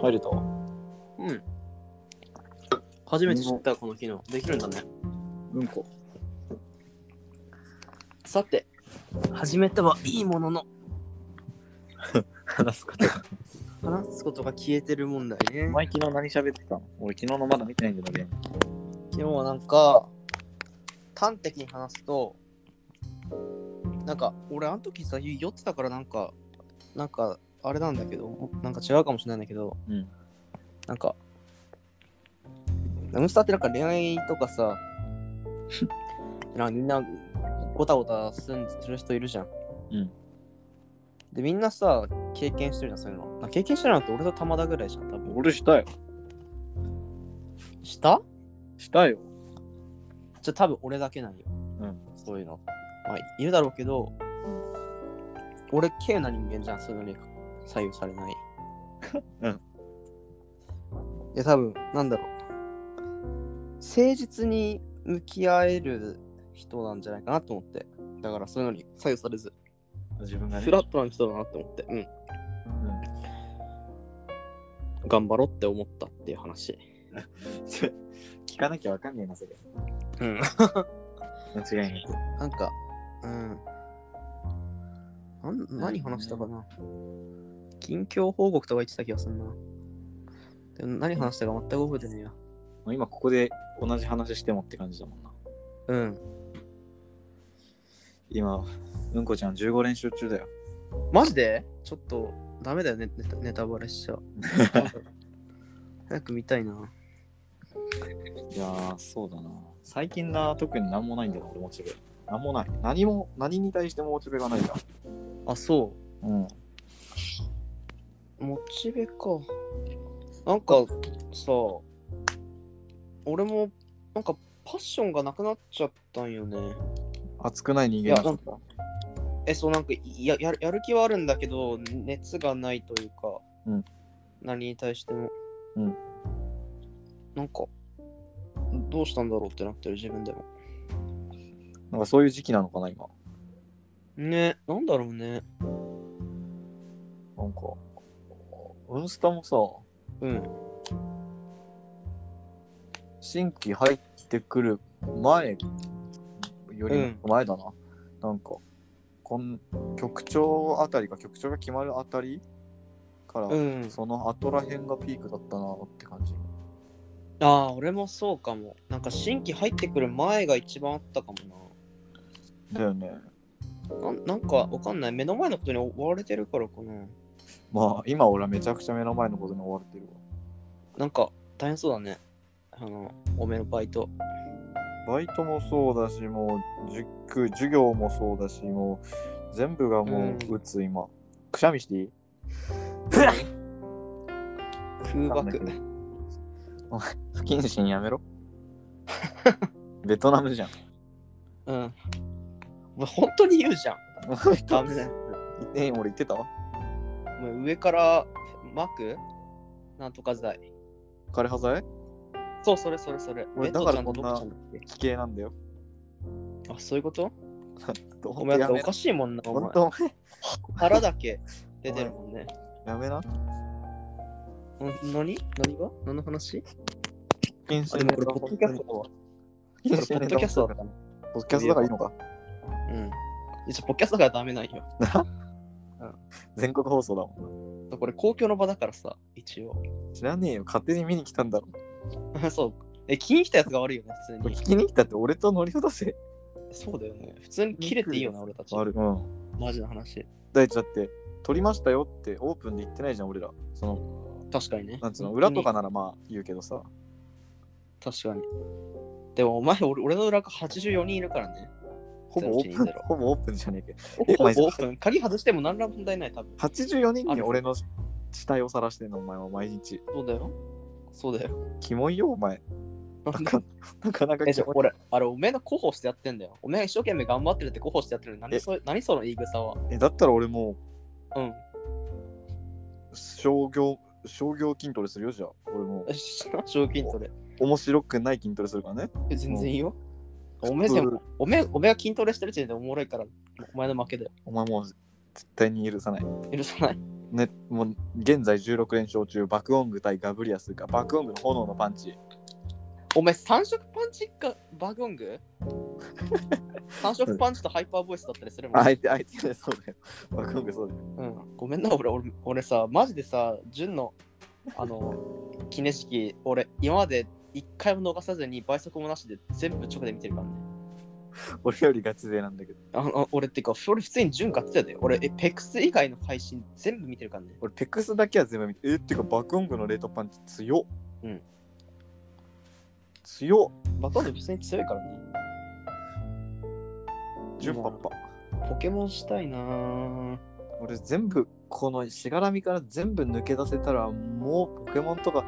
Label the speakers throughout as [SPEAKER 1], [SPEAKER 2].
[SPEAKER 1] 入ると。
[SPEAKER 2] うん。初めて知った、この機能。できるんだね。
[SPEAKER 1] うんこ。
[SPEAKER 2] さて、始めてはいいものの、
[SPEAKER 1] 話すこと。
[SPEAKER 2] 話すことが消えてる問題
[SPEAKER 1] お
[SPEAKER 2] ね。
[SPEAKER 1] 前昨日何喋ってたの俺昨日のまだ見てないんだよ、ね。
[SPEAKER 2] 昨日はなんか、端的に話すと、なんか、俺、あの時さ、酔ってたから、なんか、なんか、あれなんだけど、なんか違うかもしれないんだけど、
[SPEAKER 1] うん
[SPEAKER 2] なんか、ムスターってなんか恋愛とかさ、なんかみんなごたごたすんする人いるじゃん。
[SPEAKER 1] うん
[SPEAKER 2] で、みんなさ、経験してるじゃん、そういうの。なんか経験してるのって俺と玉田ぐらいじゃん、多分。
[SPEAKER 1] 俺したよ。
[SPEAKER 2] した
[SPEAKER 1] したよ。
[SPEAKER 2] じゃあ多分俺だけなんよ。
[SPEAKER 1] うん
[SPEAKER 2] そういうの。まあ、いるだろうけど、俺、軽な人間じゃん、そういうのに左右されない。
[SPEAKER 1] うん。
[SPEAKER 2] いや、多分、なんだろう。誠実に向き合える人なんじゃないかなと思って。だから、そういうのに左右されず、
[SPEAKER 1] 自分がね。
[SPEAKER 2] フラットな人だなと思って、うん。
[SPEAKER 1] うん
[SPEAKER 2] 頑張ろうって思ったっていう話。
[SPEAKER 1] ちょ 聞かなきゃわかんねえな、それ。
[SPEAKER 2] うん。
[SPEAKER 1] 間違いない。
[SPEAKER 2] なんか、うん。なん何話したかな近況報告とか言ってた気がするな。でも何話したか全く覚えてないや。
[SPEAKER 1] もう今ここで同じ話してもって感じだもんな。
[SPEAKER 2] うん。
[SPEAKER 1] 今、うんこちゃん15連勝中だよ。
[SPEAKER 2] マジでちょっとダメだよね、ネタネタバレしちゃう。早く見たいな。
[SPEAKER 1] いやー、そうだな。最近な、特になんもないんだよ、俺、モチベ。なんもない。何も、何に対してもモチベがないんだ。
[SPEAKER 2] あ、そ
[SPEAKER 1] うん。
[SPEAKER 2] う。モチベか。なんかさ、俺もなんかパッションがなくなっちゃったんよね。
[SPEAKER 1] 熱くない人
[SPEAKER 2] い
[SPEAKER 1] 間だ
[SPEAKER 2] や、なんか、え、そう、なんかややる、やる気はあるんだけど、熱がないというか、
[SPEAKER 1] うん
[SPEAKER 2] 何に対しても。
[SPEAKER 1] うん
[SPEAKER 2] なんか、どうしたんだろうってなってる、自分でも。
[SPEAKER 1] なんかそういう時期なのかな、今。
[SPEAKER 2] ね、なんだろうね。
[SPEAKER 1] なんか、ウンスタもさ、
[SPEAKER 2] うん。
[SPEAKER 1] 新規入ってくる前よりも前だな、なんかこん局長あたりが局長が決まるあたりから、
[SPEAKER 2] うん。
[SPEAKER 1] その後らへんがピークだったなって感じ
[SPEAKER 2] ああ、俺もそうかも。なんか、新規入ってくる前が一番あったかも
[SPEAKER 1] だよね
[SPEAKER 2] な。なんなんか、わかんない。目の前のことに追われてるからかな。
[SPEAKER 1] まあ今俺はめちゃくちゃ目の前のことに追われてる
[SPEAKER 2] なんか、大変そうだね。あの、おめのバイト。
[SPEAKER 1] わバイトもそうだしもう塾授業もそうだしもう全部がもう
[SPEAKER 2] うん
[SPEAKER 1] 打つ今、くしゃみしていい
[SPEAKER 2] 空爆。
[SPEAKER 1] お前 不謹慎やめろ ベトナムじゃん
[SPEAKER 2] うん。お前本当に言う じゃん。ダメだよ。
[SPEAKER 1] え俺言ってた
[SPEAKER 2] お前上から巻くなんとか剤。
[SPEAKER 1] 枯葉剤
[SPEAKER 2] そう、それそれそれ。
[SPEAKER 1] 俺
[SPEAKER 2] ベト
[SPEAKER 1] だか
[SPEAKER 2] ちゃ
[SPEAKER 1] ら
[SPEAKER 2] んと
[SPEAKER 1] こん
[SPEAKER 2] ド
[SPEAKER 1] な
[SPEAKER 2] クちゃんだっけ
[SPEAKER 1] 危険なんだよ。
[SPEAKER 2] あ、そういうことお
[SPEAKER 1] お
[SPEAKER 2] 前だ
[SPEAKER 1] や
[SPEAKER 2] ってお
[SPEAKER 1] めな
[SPEAKER 2] かしいもんな、お
[SPEAKER 1] ほん
[SPEAKER 2] 前。
[SPEAKER 1] とお前
[SPEAKER 2] 腹 だけ出てるもんね。
[SPEAKER 1] やめな。
[SPEAKER 2] ん何何が何の話
[SPEAKER 1] 不謹
[SPEAKER 2] あ、
[SPEAKER 1] 慎だ
[SPEAKER 2] でも
[SPEAKER 1] よ
[SPEAKER 2] これポッドキャストだわ。
[SPEAKER 1] 不
[SPEAKER 2] こ
[SPEAKER 1] 謹慎だよ
[SPEAKER 2] れポッドキャストだからね。
[SPEAKER 1] ポッドキャストだからいいのか。
[SPEAKER 2] うん。いやポッドキャストだからダメなんよ。
[SPEAKER 1] 全国放送だも
[SPEAKER 2] これ公共の場だからさ、一応。
[SPEAKER 1] ん。知らねえよ。勝手に見に来たんだろ。
[SPEAKER 2] そう。え、気にしたやつが悪いよね、普
[SPEAKER 1] こ
[SPEAKER 2] 通
[SPEAKER 1] れ
[SPEAKER 2] に。
[SPEAKER 1] 聞きに来たって俺とノリを出せ。
[SPEAKER 2] そうだよね。普通に切れていいよな、俺たち。
[SPEAKER 1] る。うん。
[SPEAKER 2] マジの話。
[SPEAKER 1] 第一だって、撮りましたよってオープンで言ってないじゃん、俺ら。その、
[SPEAKER 2] 確かにね。
[SPEAKER 1] なんつうの、裏とかならまあ言うけどさ。
[SPEAKER 2] 確かに。でもお前、俺俺の裏が84人いるからね。
[SPEAKER 1] ほぼオープン
[SPEAKER 2] 全然いいんだろ、
[SPEAKER 1] ほぼオープンじゃねえけど。
[SPEAKER 2] ほ
[SPEAKER 1] え
[SPEAKER 2] ぼオ
[SPEAKER 1] マジ
[SPEAKER 2] ープン。鍵外しても何ら問題ない、多分。
[SPEAKER 1] 84人に俺の死体を晒してんの、お前は毎日。
[SPEAKER 2] そうだよ。そうだよ。
[SPEAKER 1] キモいよ、お前。なかなかなか
[SPEAKER 2] え、
[SPEAKER 1] キ
[SPEAKER 2] じゃあ
[SPEAKER 1] モい。
[SPEAKER 2] 俺、あれ、おめえの候補してやってんだよ。おめえが一生懸命頑張ってるって候補してやってるのに何
[SPEAKER 1] え
[SPEAKER 2] そ何その言い草は。
[SPEAKER 1] え、だったら俺もう
[SPEAKER 2] うん。
[SPEAKER 1] 商業商業筋トレするよじゃあ俺も
[SPEAKER 2] えし賞金トレ。
[SPEAKER 1] 面白くない筋トレするからね
[SPEAKER 2] え全然いいよ。おめえで
[SPEAKER 1] 普
[SPEAKER 2] も、おめえ、おめえが筋トレしてる時点でおもろいから、お前の負けだよ。
[SPEAKER 1] お前もう絶対に許さない
[SPEAKER 2] 許さない。
[SPEAKER 1] ね、もう現在16連勝中、爆音具対ガブリアスが爆音具の炎のパンチ。
[SPEAKER 2] お前、三色パンチか、バグング三色パンチとハイパーボイスだったりするもん。
[SPEAKER 1] 相手、相手でそうだよ。爆音具そうだよ。
[SPEAKER 2] うん、ごめんな、俺、俺俺さ、マジでさ、純の、あの、記念式、俺、今まで一回も逃さずに倍速もなしで全部直で見てるからね。
[SPEAKER 1] 俺よりガチ勢なんだけど。
[SPEAKER 2] あの俺ってか、俺普通に純買ってたよね。俺、えペックス以外の配信全部見てるからね。
[SPEAKER 1] 俺、ペックスだけは全部見て、えっていうか、爆音具の冷凍パンチ強っ。
[SPEAKER 2] うん。
[SPEAKER 1] 強っ。
[SPEAKER 2] バトル普通に強いからね。
[SPEAKER 1] 純パッパ。
[SPEAKER 2] ポケモンしたいなぁ。
[SPEAKER 1] 俺全部このしがらみから全部抜け出せたらもうポケモンとか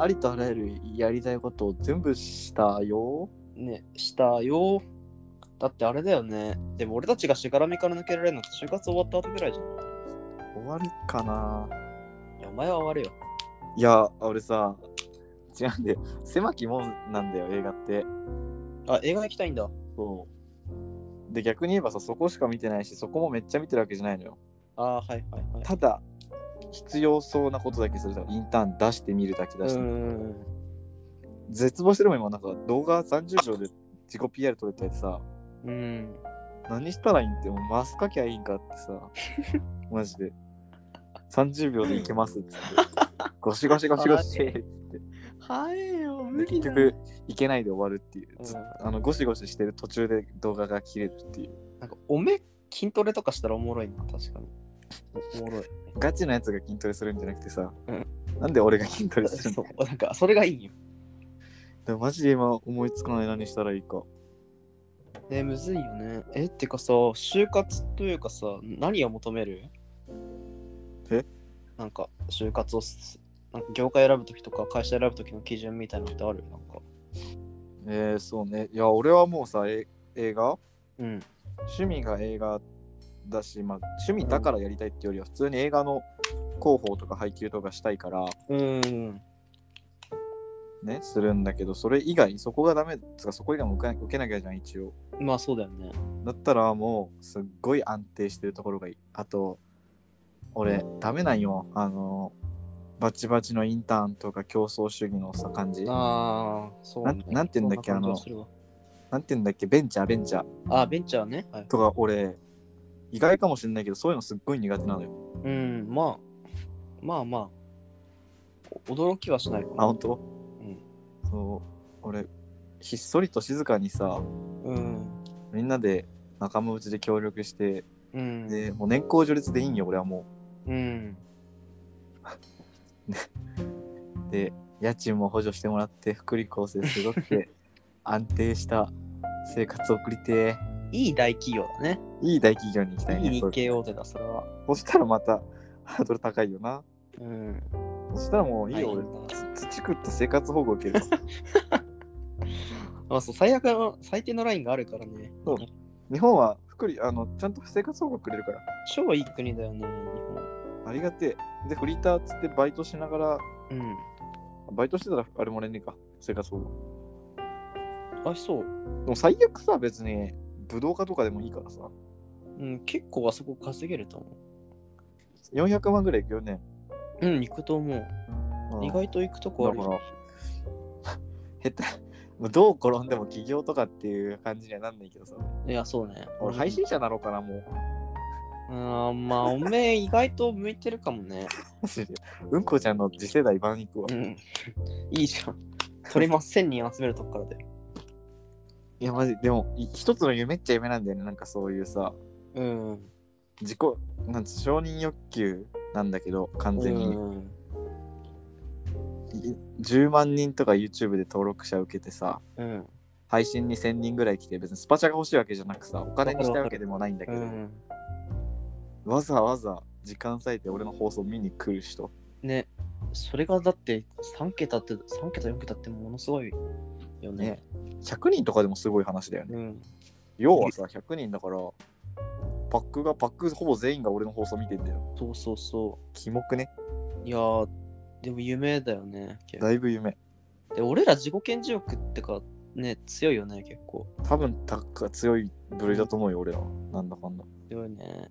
[SPEAKER 1] ありとあらゆるやりたいことを全部したよ
[SPEAKER 2] ね、したよ。だってあれだよね。でも俺たちがしがらみから抜けられるのって就活終わった後ぐらいじゃん。
[SPEAKER 1] 終わるかない
[SPEAKER 2] や、お前は終わるよ。
[SPEAKER 1] いや俺さ違うんだよ狭きもんなんだよ映画って
[SPEAKER 2] あ、映画行きたいんだ。
[SPEAKER 1] そうで逆に言えばさそこしか見てないしそこもめっちゃ見てるわけじゃないのよ
[SPEAKER 2] あーはいはいはい。
[SPEAKER 1] ただ必要そうなことだけするとインターン出してみるだけだし、
[SPEAKER 2] うーん。
[SPEAKER 1] 絶望してるもん今なんか動画30秒で自己 PR 撮れたりさ
[SPEAKER 2] うん。
[SPEAKER 1] 何したらいいんって、もうマスかきゃいいんかって さ、マジで。30秒でいけますっ つって。ゴシゴシゴシゴシっつって。
[SPEAKER 2] はいよ、無
[SPEAKER 1] で
[SPEAKER 2] 理
[SPEAKER 1] 結
[SPEAKER 2] だ。
[SPEAKER 1] 局、いけないで終わるっていう。ず
[SPEAKER 2] うん
[SPEAKER 1] あのゴシゴシしてる途中で動画が切れるっていう。
[SPEAKER 2] なんか、おめ筋トレとかしたらおもろいな、確かに。おおもろい。
[SPEAKER 1] ガチなやつが筋トレするんじゃなくてさ、
[SPEAKER 2] うん
[SPEAKER 1] なんで俺が筋トレする
[SPEAKER 2] そ
[SPEAKER 1] の
[SPEAKER 2] う、なんか、それがいいよ。
[SPEAKER 1] でもマジで今思いつかない何したらいいか。
[SPEAKER 2] ね、むずいよね。え、ってかさ、就活というかさ、何を求める
[SPEAKER 1] え
[SPEAKER 2] なんか、就活をす、なんか業界選ぶときとか、会社選ぶときの基準みたいなのってあるなんか。
[SPEAKER 1] えー、そうね。いや、俺はもうさ、え映画
[SPEAKER 2] うん。
[SPEAKER 1] 趣味が映画だし、まあ、趣味だからやりたいっていうよりは普通に映画の広報とか配給とかしたいから
[SPEAKER 2] うーん。
[SPEAKER 1] ねするんだけどそれ以外そこがダメつかそこ以外も受け受けなきゃじゃん一応
[SPEAKER 2] まあ、そうだよね。
[SPEAKER 1] だったらもうすっごい安定してるところがいいあと俺ダメなんよあのバチバチのインターンとか競争主義のさ感じな
[SPEAKER 2] ああ、そうね
[SPEAKER 1] なんなんて言うんだっけ
[SPEAKER 2] そ感じ
[SPEAKER 1] あ
[SPEAKER 2] は
[SPEAKER 1] の
[SPEAKER 2] するわ
[SPEAKER 1] んて言うんだっけベンチャーベンチャー
[SPEAKER 2] あー、ベンチャーね。はい。
[SPEAKER 1] とか俺意外かもしれないけどそういうのすっごい苦手なのよ
[SPEAKER 2] うん、まあ、まあまあ、お驚きはしないか
[SPEAKER 1] あ
[SPEAKER 2] な。
[SPEAKER 1] 本当そう俺ひっそりと静かにさ
[SPEAKER 2] うん。うん。
[SPEAKER 1] みんなで仲間内で協力して、
[SPEAKER 2] うん。
[SPEAKER 1] でもう年功序列でいいんよ、俺はも
[SPEAKER 2] うん。
[SPEAKER 1] う。で、家賃も補助してもらって、福利厚生すごく て、安定した生活を送りて
[SPEAKER 2] いい大企業だね。
[SPEAKER 1] え、いい大企業に行きたい
[SPEAKER 2] いい
[SPEAKER 1] ね。そ
[SPEAKER 2] 日
[SPEAKER 1] う
[SPEAKER 2] 系大手だ、それは。
[SPEAKER 1] そしたらまた、ハードル高いよな。
[SPEAKER 2] うん。
[SPEAKER 1] そしたらもういいよ、
[SPEAKER 2] はい
[SPEAKER 1] 俺。つ土食って生活保護受ける わ
[SPEAKER 2] まあそう、最悪の、最低のラインがあるからね。
[SPEAKER 1] そう日本は福利、あの、ちゃんと生活保護くれるから。
[SPEAKER 2] 超いい国だよね、日
[SPEAKER 1] ありがてえ。で、フリーターっつってバイトしながら、
[SPEAKER 2] 本。
[SPEAKER 1] バイトしてたらあれもらえねえか、生活保護。
[SPEAKER 2] うん。あ、そう。
[SPEAKER 1] でも最悪さ、別に、武道家とかでもいいからさ。
[SPEAKER 2] うん、結構あそこ稼げると思
[SPEAKER 1] 400万ぐらいいくよね。
[SPEAKER 2] う。うん、行くと思う。
[SPEAKER 1] うん
[SPEAKER 2] 意外と行くとこある
[SPEAKER 1] だから下手。もうどう転んでも起業とかっていう感じにはなんないけどさ。
[SPEAKER 2] いや、そうね。
[SPEAKER 1] 俺配信者なのかな、もう。
[SPEAKER 2] あーまあ、おめえ意外と向いてるかもね。
[SPEAKER 1] マジでうんこちゃんの次世代版行くわ。
[SPEAKER 2] う
[SPEAKER 1] い
[SPEAKER 2] ん。いいじゃん。鳥ま1000人集めるとこからで。
[SPEAKER 1] や、マジでも、い一つの夢っちゃ夢なんだよね。なんかそういうさ、
[SPEAKER 2] うん。
[SPEAKER 1] 自己、なんつ承認欲求なんだけど、完全に。
[SPEAKER 2] うん。
[SPEAKER 1] い10万人とか YouTube で登録者受けてさ、
[SPEAKER 2] うん。
[SPEAKER 1] 配信に1000人ぐらい来て、別にスパチャが欲しいわけじゃなくさ、お金にしたいわけでもないんだけ
[SPEAKER 2] う
[SPEAKER 1] ど、
[SPEAKER 2] ん。
[SPEAKER 1] わざわざ時間割いて俺の放送見に来る人。
[SPEAKER 2] ね。それがだって3桁って、3桁4桁ってものすごいよね。
[SPEAKER 1] ね、100人とかでもすごい話だよね。
[SPEAKER 2] うん。
[SPEAKER 1] 要はさ、100人だから、パックが、パックほぼ全員が俺の放送見てんだよ。
[SPEAKER 2] そうそうそ
[SPEAKER 1] キモくね
[SPEAKER 2] う。いやー、でも夢だよね。結構
[SPEAKER 1] だいぶ夢。
[SPEAKER 2] で俺ら自己顕示欲ってかね強いよね結構
[SPEAKER 1] 多分、タックが強い部類だと思うよ、俺らは。なんだかんだ。
[SPEAKER 2] 強いね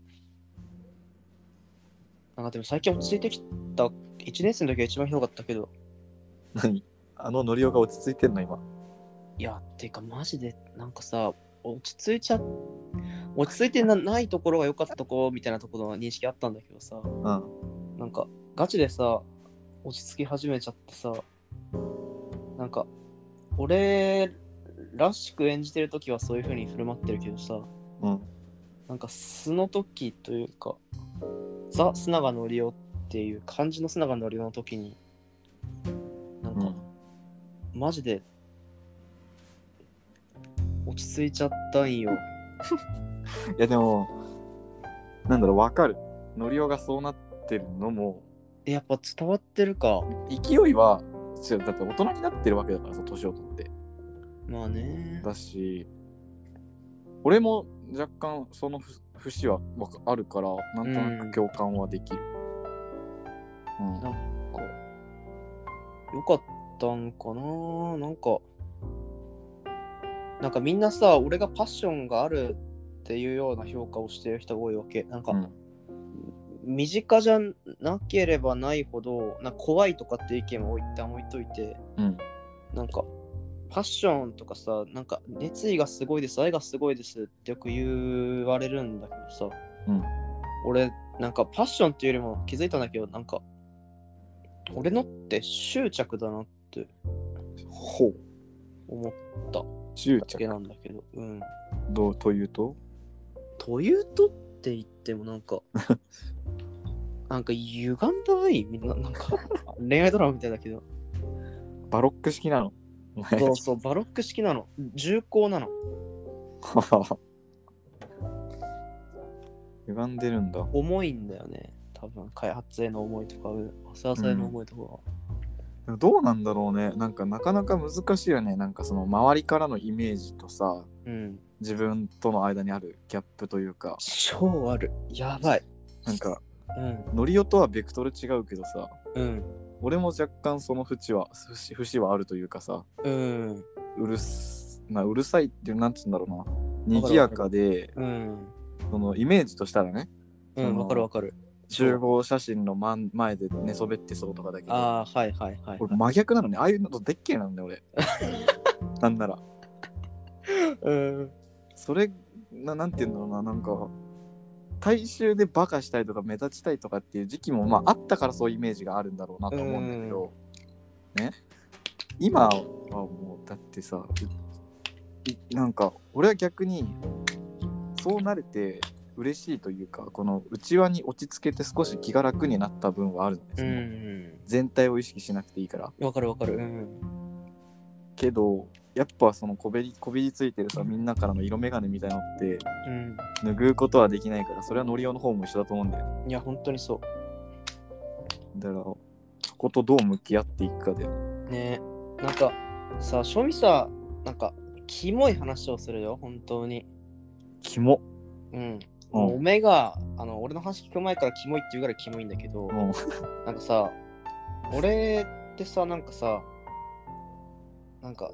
[SPEAKER 2] なんかでも最近落ち着いてきた、1年生の時が一番ひどかったけど、
[SPEAKER 1] 何あのノリオが落ち着いてんの今。
[SPEAKER 2] いや、てかマジで、なんかさ、落ち着いちゃ、落ち着いてなないところが良かったとこみたいなところの認識あったんだけどさ、
[SPEAKER 1] うん。
[SPEAKER 2] なんかガチでさ、落ち着き始めちゃってさ、なんか、俺らしく演じてる時はそういう風に振る舞ってるけどさ、
[SPEAKER 1] うん。
[SPEAKER 2] なんか素の時というか、ザ・須永のりおっていう漢字の須永のりおの時に、なん
[SPEAKER 1] う
[SPEAKER 2] か
[SPEAKER 1] ん、
[SPEAKER 2] マジで落ち着いちゃったんよ。
[SPEAKER 1] いやでも、なんだろう、わかる。ノリオがそうなってるのも、
[SPEAKER 2] えやっぱ伝わってるか。
[SPEAKER 1] 勢いは、違うだって大人になってるわけだからさ、年を取って。
[SPEAKER 2] まあね。
[SPEAKER 1] だし、俺も若干そのふ節はわかあるから、なんとなく共感はできる。うん。
[SPEAKER 2] なんか、よかったんかななんか、なんかみんなさ、俺がパッションがあるっていうような評価をしてる人が多いわけ。なんか、
[SPEAKER 1] うん
[SPEAKER 2] 身近じゃなければないほど、なんか怖いとかっていう意見も一旦置いといて、
[SPEAKER 1] うん。
[SPEAKER 2] なんか、パッションとかさ、なんか、熱意がすごいです、愛がすごいですってよく言われるんだけどさ、
[SPEAKER 1] うん
[SPEAKER 2] 俺、なんか、パッションっていうよりも気づいたんだけど、なんか、俺のって執着だなって
[SPEAKER 1] ほう。
[SPEAKER 2] 思っ
[SPEAKER 1] 執
[SPEAKER 2] ただけ
[SPEAKER 1] 着
[SPEAKER 2] なんだけど、うん。
[SPEAKER 1] どうというと
[SPEAKER 2] というとって言っても、なん か、なんか、歪んだ愛みんな、なんか、恋愛ドラマみたいだけど、
[SPEAKER 1] バロック式なの。お前
[SPEAKER 2] そうそう、バロック式なの、重厚なの。
[SPEAKER 1] 歪んでるんだ。
[SPEAKER 2] 重いんだよね。多分開発への思いとか、浅浅への思いとかは。
[SPEAKER 1] でもどうなんだろうね。なんかなかなか難しいよね。なんかその周りからのイメージとさ、
[SPEAKER 2] うん。
[SPEAKER 1] 自分との間にあるギャップというか、
[SPEAKER 2] 超ある。やばい。
[SPEAKER 1] なんか
[SPEAKER 2] うん。
[SPEAKER 1] ノリオとはベクトル違うけどさ、
[SPEAKER 2] うん。
[SPEAKER 1] 俺も若干その節は、節節はあるというかさ、
[SPEAKER 2] うん。
[SPEAKER 1] うるす、なうるさいっていう、なんつうんだろうな。
[SPEAKER 2] わかる
[SPEAKER 1] 賑やかで、
[SPEAKER 2] うん。
[SPEAKER 1] そのイメージとしたらね、
[SPEAKER 2] う
[SPEAKER 1] そ
[SPEAKER 2] ん。
[SPEAKER 1] の
[SPEAKER 2] わかるわかる。
[SPEAKER 1] 集合写真の真前で寝そべってそうとかだけど、
[SPEAKER 2] ああ、はいはいはい。
[SPEAKER 1] 俺真逆なのねああいうのとでっけえなんだよ俺なんなら
[SPEAKER 2] うん。
[SPEAKER 1] それななんて言うんだろうななんか大衆でバカしたいとか目立ちたいとかっていう時期もまああったからそういうイメージがあるんだろうなと思うんだけど、ね今はもうだってさいいなんか俺は逆にそうなれて嬉しいというかこの内輪に落ち着けて少し気が楽になった分はあるんです
[SPEAKER 2] う
[SPEAKER 1] よ、
[SPEAKER 2] ん。
[SPEAKER 1] 全体を意識しなくていいから
[SPEAKER 2] わかるわかる。うん。
[SPEAKER 1] けどやっぱそのこべりこびりついてるさみんなからの色眼鏡みたいなのって
[SPEAKER 2] うん。
[SPEAKER 1] 拭うことはできないからそれはノリオの方も一緒だと思うんだよね
[SPEAKER 2] いや、本当にそ
[SPEAKER 1] だからそことどう向き合っていくかだよ
[SPEAKER 2] う。ねなんか、さ、正味さ、なんか、キモい話をするよ、本当に。
[SPEAKER 1] キモ
[SPEAKER 2] うん。
[SPEAKER 1] う
[SPEAKER 2] もうお
[SPEAKER 1] ん
[SPEAKER 2] めえが、あの、俺の話聞く前からキモいって言うぐらいキモいんだけど、
[SPEAKER 1] うん
[SPEAKER 2] なんかさ、俺ってさ、なんかさ、なんか、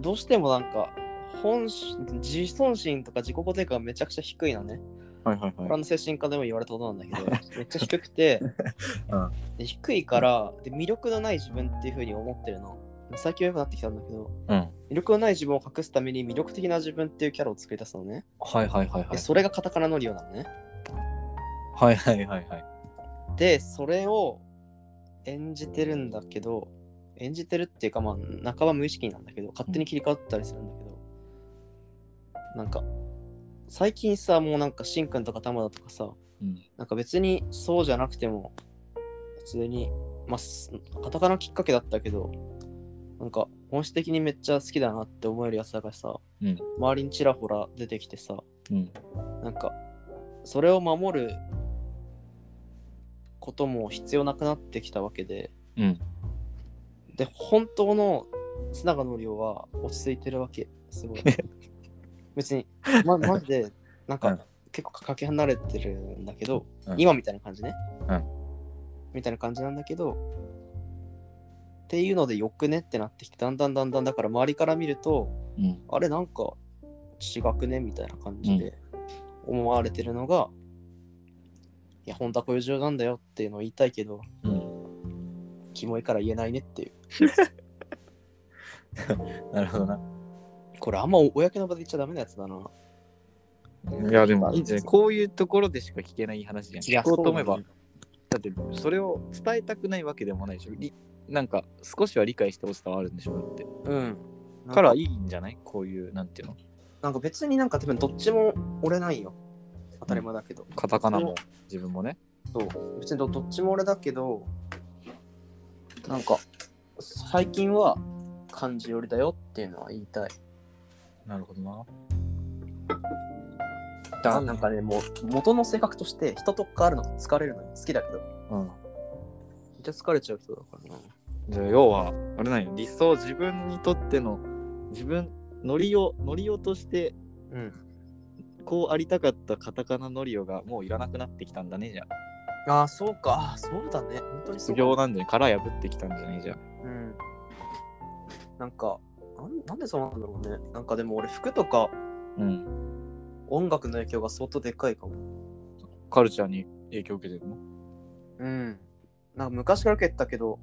[SPEAKER 2] どうしてもなんか、本心自尊心とか自己肯定感がめちゃくちゃ低いのね。
[SPEAKER 1] はいはい
[SPEAKER 2] これ
[SPEAKER 1] はい
[SPEAKER 2] あの精神科でも言われたことなんだけど、めっちゃ低くて、
[SPEAKER 1] うん
[SPEAKER 2] で低いからで、魅力のない自分っていう風に思ってるの。最近は良くなってきたんだけど、
[SPEAKER 1] うん
[SPEAKER 2] 魅力のない自分を隠すために魅力的な自分っていうキャラを作り出すのね。
[SPEAKER 1] はいはいはいは
[SPEAKER 2] で
[SPEAKER 1] い
[SPEAKER 2] それがカタカナのリオなのね。
[SPEAKER 1] はいはいはいはい
[SPEAKER 2] でそれを演じてるんだけど演じてるっていうかまあ半ば無意識なんだけど勝手に切り替わったりするんだけど、なんか最近さもうなんかしんくんとかたまだとかさ
[SPEAKER 1] うん
[SPEAKER 2] なんか別にそうじゃなくても普通にまあすカタカナきっかけだったけどなんか本質的にめっちゃ好きだなって思えるやつらがさ
[SPEAKER 1] うん
[SPEAKER 2] 周りにちらほら出てきてさ
[SPEAKER 1] うん
[SPEAKER 2] なんか、それを守ることも必要なくなってきたわけで、
[SPEAKER 1] うん
[SPEAKER 2] で、本当の須永の量は落ち着いてるわけ、す ごい。別に、ま、マジで、
[SPEAKER 1] う
[SPEAKER 2] なん
[SPEAKER 1] ん
[SPEAKER 2] か、結構かけ離れてるんだけど、
[SPEAKER 1] うん
[SPEAKER 2] 今みたいな感じね。
[SPEAKER 1] うん
[SPEAKER 2] みたいな感じなんだけど、っていうのでよくねってなってきて、だんだんだんだん、だから周りから見ると、
[SPEAKER 1] うん
[SPEAKER 2] あれなんか違くねみたいな感じで思われてるのが、いや、本当はこういう冗談だよっていうのを言いたいけど、
[SPEAKER 1] うん。
[SPEAKER 2] キモいから言えないねっていう。
[SPEAKER 1] なるほどな。
[SPEAKER 2] これあんま公の場で言っちゃダメなやつだな。
[SPEAKER 1] いや、でもいいんじゃないこういうところでしか聞けない話じゃん。
[SPEAKER 2] いや
[SPEAKER 1] 聞こうと思えば、
[SPEAKER 2] そう
[SPEAKER 1] だってそれを伝えたくないわけでもないでしょ。りなんか少しは理解してほしさはあるんでしょだって。
[SPEAKER 2] うん。
[SPEAKER 1] か
[SPEAKER 2] から
[SPEAKER 1] らいいんじゃないこういう、なんていうの
[SPEAKER 2] なんか別になんか多分どっちも折れないよ。当たり前だけど。
[SPEAKER 1] カタカナも自分もね。
[SPEAKER 2] そう。別にどどっちも俺だけど、なんか最近は漢字寄りだよっていうのは言いたい。
[SPEAKER 1] なるほどな。
[SPEAKER 2] だなんかね、もう元の性格として人と関わるのが疲れるのに好きだけど、め
[SPEAKER 1] うん。
[SPEAKER 2] っちゃ疲れちゃう人だからな。
[SPEAKER 1] じゃあ要は、あれなんよ。理想、自分にとっての、自分、ノリを、ノリオとして、
[SPEAKER 2] うん。
[SPEAKER 1] こうありたかったカタカナノリオがもういらなくなってきたんだね、じゃあ。
[SPEAKER 2] ああ、そうか。あーそうだね。本当にそ
[SPEAKER 1] 不
[SPEAKER 2] うだね
[SPEAKER 1] 況なんじゃね殻破ってきたんじゃねえじゃあ。
[SPEAKER 2] うん。なんか、なんなんでそうなんだろうね。なんかでも俺服とか
[SPEAKER 1] うん。
[SPEAKER 2] 音楽の影響が相当でかいかも。
[SPEAKER 1] カルチャーに影響受けてるの
[SPEAKER 2] うん。なんか昔から受けてたけど、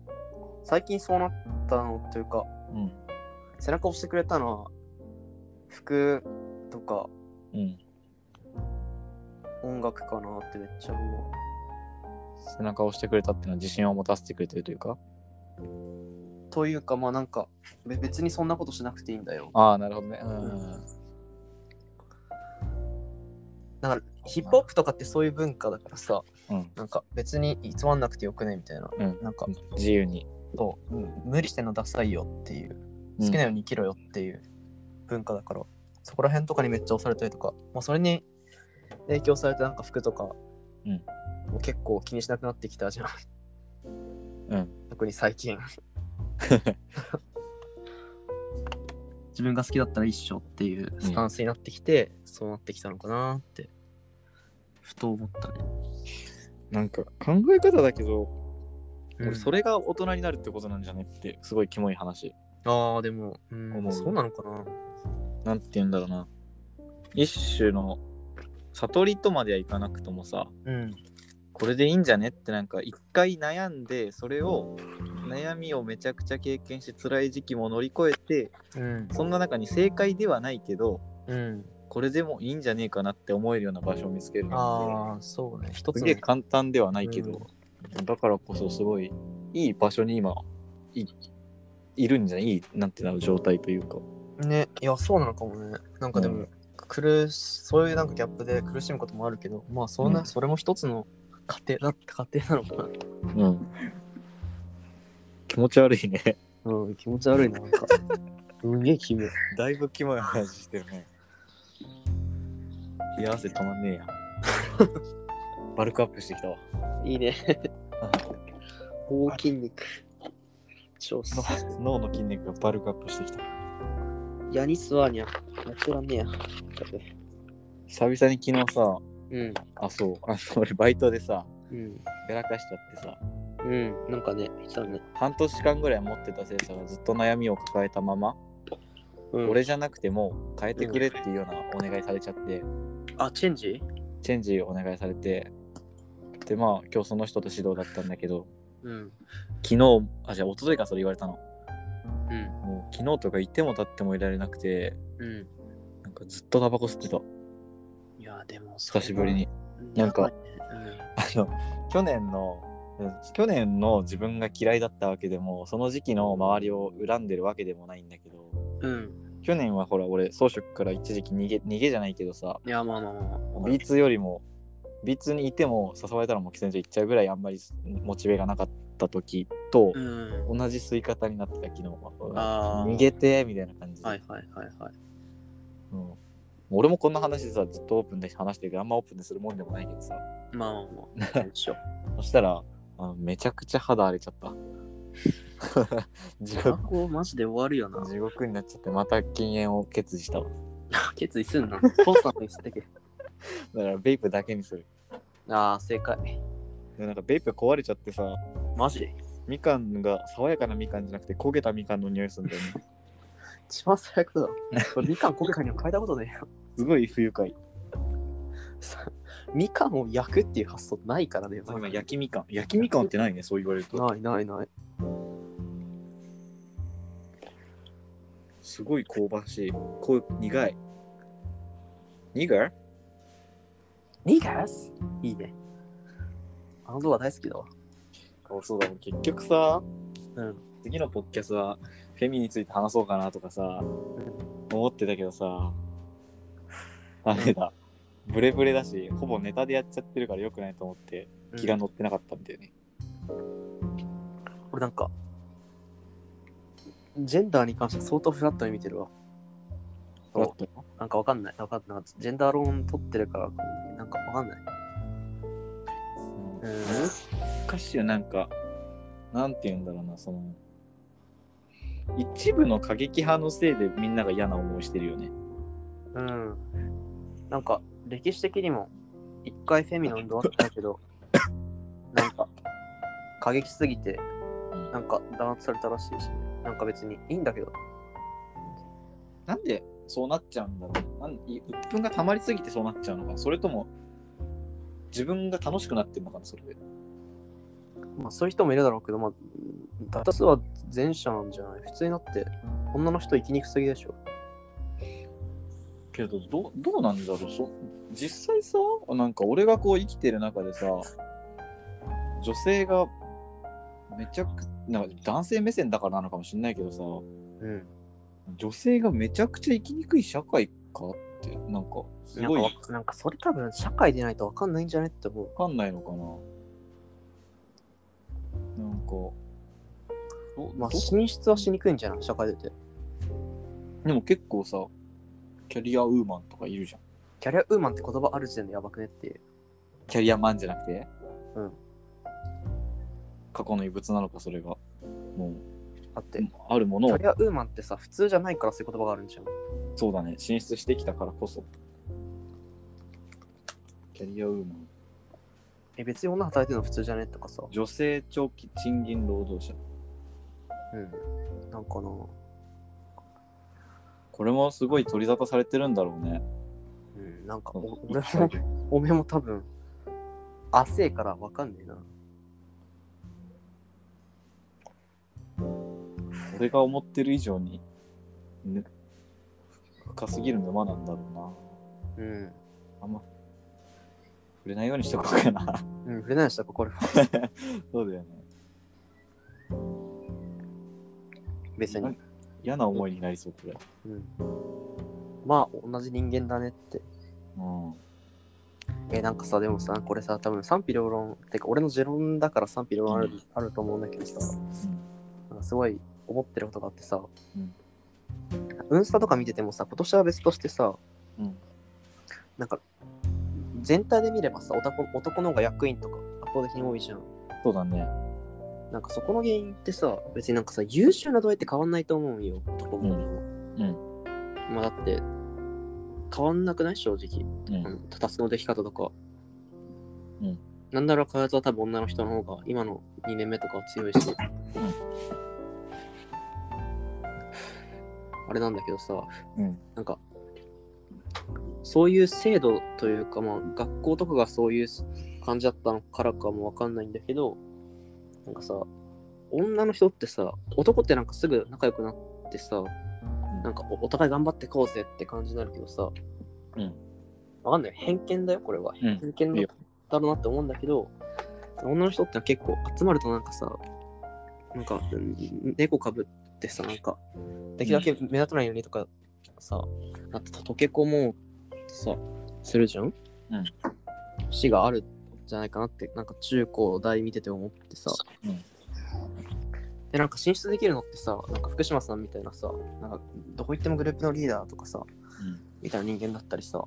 [SPEAKER 2] 最近そうなったのっていうか、
[SPEAKER 1] うん
[SPEAKER 2] 背中押してくれたのは、服とか
[SPEAKER 1] うん。
[SPEAKER 2] 音楽かなってめっちゃ思
[SPEAKER 1] 背中を押してくれたっていうのは自信を持たせてくれてるというか。
[SPEAKER 2] う。というか、まあなんか、べ別にそんなことしなくていいんだよ。
[SPEAKER 1] ああ、なるほどね。う
[SPEAKER 2] うん
[SPEAKER 1] ん。
[SPEAKER 2] なんか、ヒップホップとかってそういう文化だからさ、
[SPEAKER 1] うん。
[SPEAKER 2] なんか別に偽らなくてよくねみたいな。
[SPEAKER 1] うん
[SPEAKER 2] なんか、
[SPEAKER 1] 自由に。
[SPEAKER 2] そう、無理してんのダサいよっていう。
[SPEAKER 1] うん
[SPEAKER 2] 好きなように生きろよっていう文化だから、そこら辺とかにめっちゃ押されたりとか、まあ、それに影響されてなんか服とか、
[SPEAKER 1] うん
[SPEAKER 2] もう結構気にしなくなってきたじゃん。
[SPEAKER 1] うん
[SPEAKER 2] 特に 最近。自分が好きだったら一緒っていうスタンスになってきて、そうなってきたのかなって、ふと思ったね。
[SPEAKER 1] なんか考え方だけど、俺そ
[SPEAKER 2] れ
[SPEAKER 1] れが大人になるってことなんじゃないって、すごいキモい話。
[SPEAKER 2] ああ、でも、うん
[SPEAKER 1] 思う
[SPEAKER 2] そうなのかな。
[SPEAKER 1] なんて言うんだろうな。一種の悟りとまではいかなくともさ、
[SPEAKER 2] うん。
[SPEAKER 1] これでいいんじゃねってなんか一回悩んで、それを悩みをめちゃくちゃ経験して辛い時期も乗り越えて、
[SPEAKER 2] うん。
[SPEAKER 1] そんな中に正解ではないけど、
[SPEAKER 2] うん。
[SPEAKER 1] これでもいいんじゃねえかなって思えるような場所を見つけるの
[SPEAKER 2] ああ、そうね。一
[SPEAKER 1] ってす
[SPEAKER 2] つの
[SPEAKER 1] げえ簡単ではないけど、だからこそすごいいい場所に今いいるんじゃないいいなんてなる状態というか
[SPEAKER 2] ね、いや、そうなのかもね。なんかでも、
[SPEAKER 1] うん
[SPEAKER 2] 苦し、そういうなんかギャップで苦しむこともあるけど、まあ、そんな、
[SPEAKER 1] うん
[SPEAKER 2] それも一つの過程だった過程なのかな。
[SPEAKER 1] うん気持ち悪いね
[SPEAKER 2] うん、気持ち悪いな、なん か。すげえ気分。
[SPEAKER 1] だいぶキモい話してるね冷や汗止まん ねえやバルクアップしてきたわ
[SPEAKER 2] いいね。大筋肉。超す。
[SPEAKER 1] 脳の筋肉がバルクアップしてきた
[SPEAKER 2] ヤニスワーニャ。やってらんねえや。
[SPEAKER 1] 久々に昨日さ
[SPEAKER 2] うん、
[SPEAKER 1] あそうあの俺バイトでさ
[SPEAKER 2] うん、
[SPEAKER 1] やらかしちゃってさ
[SPEAKER 2] うん。なんかね、言ってたね。
[SPEAKER 1] 半年間ぐらい持ってた生徒がずっと悩みを抱えたまま、
[SPEAKER 2] うん、
[SPEAKER 1] 俺じゃなくてもう変えてくれっていうようなお願いされちゃって、
[SPEAKER 2] あ、チェンジ
[SPEAKER 1] チェンジお願いされてでまあ今日その人と指導だったんだけど
[SPEAKER 2] うん。
[SPEAKER 1] 昨日あじゃあ一昨日かそれ言われたの
[SPEAKER 2] うん。
[SPEAKER 1] もう昨日とかいても立ってもいられなくて
[SPEAKER 2] う
[SPEAKER 1] なんかずっとタバコ吸ってた
[SPEAKER 2] ん。いや、でも、
[SPEAKER 1] 久しぶりに
[SPEAKER 2] それは。
[SPEAKER 1] なんか
[SPEAKER 2] やばいね
[SPEAKER 1] あの去年のうん去年の自分が嫌いだったわけでもその時期の周りを恨んでるわけでもないんだけど
[SPEAKER 2] うん。うん。
[SPEAKER 1] 去年はほら俺草食から一時期逃げ逃げじゃないけどさ
[SPEAKER 2] いや、まあまあまあまあ。わかる
[SPEAKER 1] B2 よりも B2 にいても誘われたらもう喫煙所行っちゃうぐらいあんまりモチベがなかった時と
[SPEAKER 2] うん。
[SPEAKER 1] 同じ吸い方になってた昨日は
[SPEAKER 2] あー
[SPEAKER 1] 逃げてみたいな感じで、
[SPEAKER 2] はいはいはいはい。
[SPEAKER 1] うん俺もこんな話でさずっとオープンで話してるけどあんまオープンでするもんでもないけどさ
[SPEAKER 2] まあまあまあ。でしょ。
[SPEAKER 1] そしたらあのめちゃくちゃ肌荒れちゃった 地
[SPEAKER 2] 学
[SPEAKER 1] 獄
[SPEAKER 2] 校マジで終わるよな。
[SPEAKER 1] 地獄になっちゃってまた禁煙を決意したわ
[SPEAKER 2] 決意すんな。父さんと言ってけ。
[SPEAKER 1] だからベイプだけにする
[SPEAKER 2] ああ、正解。
[SPEAKER 1] でなんかベイプ壊れちゃってさ
[SPEAKER 2] マジで
[SPEAKER 1] みかんが爽やかなみかんじゃなくて焦げたみかんの匂いするんだよね
[SPEAKER 2] 一番最悪だろ。これみかん焦げかにも変えたことねえよ。
[SPEAKER 1] すごい不愉快
[SPEAKER 2] さみかんを焼くっていう発想ないからね。
[SPEAKER 1] 今焼きみかん焼きみかんってないねそう言われると
[SPEAKER 2] ないないない。
[SPEAKER 1] すごい香ばしいこう苦い苦い
[SPEAKER 2] ニガスいいね。あの動画大好きだわ。
[SPEAKER 1] あそうだもう結局さ
[SPEAKER 2] うん。
[SPEAKER 1] 次のポッキャスはフェミについて話そうかなとかさ思ってたけどさあれだブレブレだしほぼネタでやっちゃってるからよくないと思って気が乗ってなかったんだよね、
[SPEAKER 2] 俺なんか、ジェンダーに関して相当フラットに見てるわ。うん
[SPEAKER 1] だって
[SPEAKER 2] なんかわかんない。わかんない。ジェンダー論取ってるからわかんない、なんかわかんない。うん
[SPEAKER 1] 難しいよなんかなんて言うんだろうなその一部の過激派のせいでみんなが嫌な思いしてるよね
[SPEAKER 2] うん。なんか、歴史的にも、一回フェミの運動あった けど、なんか、過激すぎて、
[SPEAKER 1] うん
[SPEAKER 2] なんか弾圧されたらしいし、なんか別にいいんだけど、
[SPEAKER 1] なんでそうなっちゃうんだろうなんい鬱憤が溜まりすぎてそうなっちゃうのかそれとも自分が楽しくなってるのかなそれで
[SPEAKER 2] まあそういう人もいるだろうけど、まあ、大多数は前者なんじゃない普通になって、女の人生きにくすぎでしょ。
[SPEAKER 1] けどどうどうなんだろうそ実際さなんか俺がこう生きてる中でさ女性がめちゃくなんか男性目線だからなのかもしれないけどさ
[SPEAKER 2] うん。
[SPEAKER 1] 女性がめちゃくちゃ生きにくい社会かってなんかす
[SPEAKER 2] なん
[SPEAKER 1] ご
[SPEAKER 2] か
[SPEAKER 1] い
[SPEAKER 2] わ
[SPEAKER 1] わ、
[SPEAKER 2] なんかそれ多分社会でないとわかんないんじゃねって思う。
[SPEAKER 1] かんないのかななんかど
[SPEAKER 2] まあ、
[SPEAKER 1] ど
[SPEAKER 2] 進出はしにくいんじゃない社会出て。
[SPEAKER 1] でも結構さキャリアウーマンとかいるじゃん
[SPEAKER 2] キャリアウーマンって言葉ある時点でやばくねっていう。
[SPEAKER 1] キャリアマンじゃなくて
[SPEAKER 2] うん
[SPEAKER 1] 過去の遺物なのかそれがも
[SPEAKER 2] だって
[SPEAKER 1] う、あるもの
[SPEAKER 2] キャ
[SPEAKER 1] を
[SPEAKER 2] リアウーマンってさ、普通じゃないからそういう言葉があるんじゃん。
[SPEAKER 1] そうだね進出してきたからこそキャリアウーマン
[SPEAKER 2] え、別に女働いてるの普通じゃねとかさ。
[SPEAKER 1] 女性長期賃金労働者
[SPEAKER 2] うん。なんかな。
[SPEAKER 1] これもすごい取り沙汰されてるんだろうね
[SPEAKER 2] うん。なんか
[SPEAKER 1] こ
[SPEAKER 2] お、
[SPEAKER 1] の
[SPEAKER 2] 俺も、おめも 多分、汗えからわかんねえな。
[SPEAKER 1] 俺が思ってる以上に、ね、深すぎる沼なんだろうな
[SPEAKER 2] うん。
[SPEAKER 1] 触れないようにしとこうかな
[SPEAKER 2] うん、触れないでしたか、これは。
[SPEAKER 1] そうだよね
[SPEAKER 2] 別に。
[SPEAKER 1] 嫌な思いになりそうこれ
[SPEAKER 2] うん。まあ、同じ人間だねって。
[SPEAKER 1] うん
[SPEAKER 2] え、なんかさ、でもさ、これさ、多分賛否両論、てか俺の持論だから賛否両論ある,、
[SPEAKER 1] うん
[SPEAKER 2] あると思うんだけどさ、なんかすごい思ってることがあってさ、
[SPEAKER 1] うん
[SPEAKER 2] ウンスタとか見ててもさ、今年は別としてさ、
[SPEAKER 1] うん
[SPEAKER 2] なんか、全体で見ればさ、男男の方が役員とか圧倒的に多いじゃん。
[SPEAKER 1] そうだね
[SPEAKER 2] なんかそこの原因ってさ、別になんかさ、優秀な度合いって変わんないと思うんよ、男も。
[SPEAKER 1] うん
[SPEAKER 2] まあだって、変わんなくない正直。
[SPEAKER 1] うん
[SPEAKER 2] あのタタスの出来方とか。
[SPEAKER 1] うん。
[SPEAKER 2] なんだろう、開発は多分女の人の方が今の2年目とかは強いし。あれなんだけどさ、
[SPEAKER 1] うん
[SPEAKER 2] なんか、そういう制度というか、まあ、学校とかがそういう感じだったのからかもわかんないんだけど、なんかさ、女の人ってさ、男ってなんかすぐ仲良くなってさ、なんかおお互い頑張ってこうぜって感じになるけどさ、
[SPEAKER 1] うん
[SPEAKER 2] わかんない。偏見だよ、これは。
[SPEAKER 1] うん
[SPEAKER 2] 偏見
[SPEAKER 1] いいよ
[SPEAKER 2] だろうなって思うんだけど、女の人ってのは結構集まるとなんかさ、なんか、うん猫かぶってさ、なんか、できるだけ目立たないようにとかさ、あと溶け込もうってさ、するじゃん
[SPEAKER 1] うん。
[SPEAKER 2] 死があるんじゃないかなって、なんか中高大見てて思ってさ、
[SPEAKER 1] うん
[SPEAKER 2] で、なんか進出できるのってさ、なんか福島さんみたいなさ、なんかどこ行ってもグループのリーダーとかさ、みたいな人間だったりさ、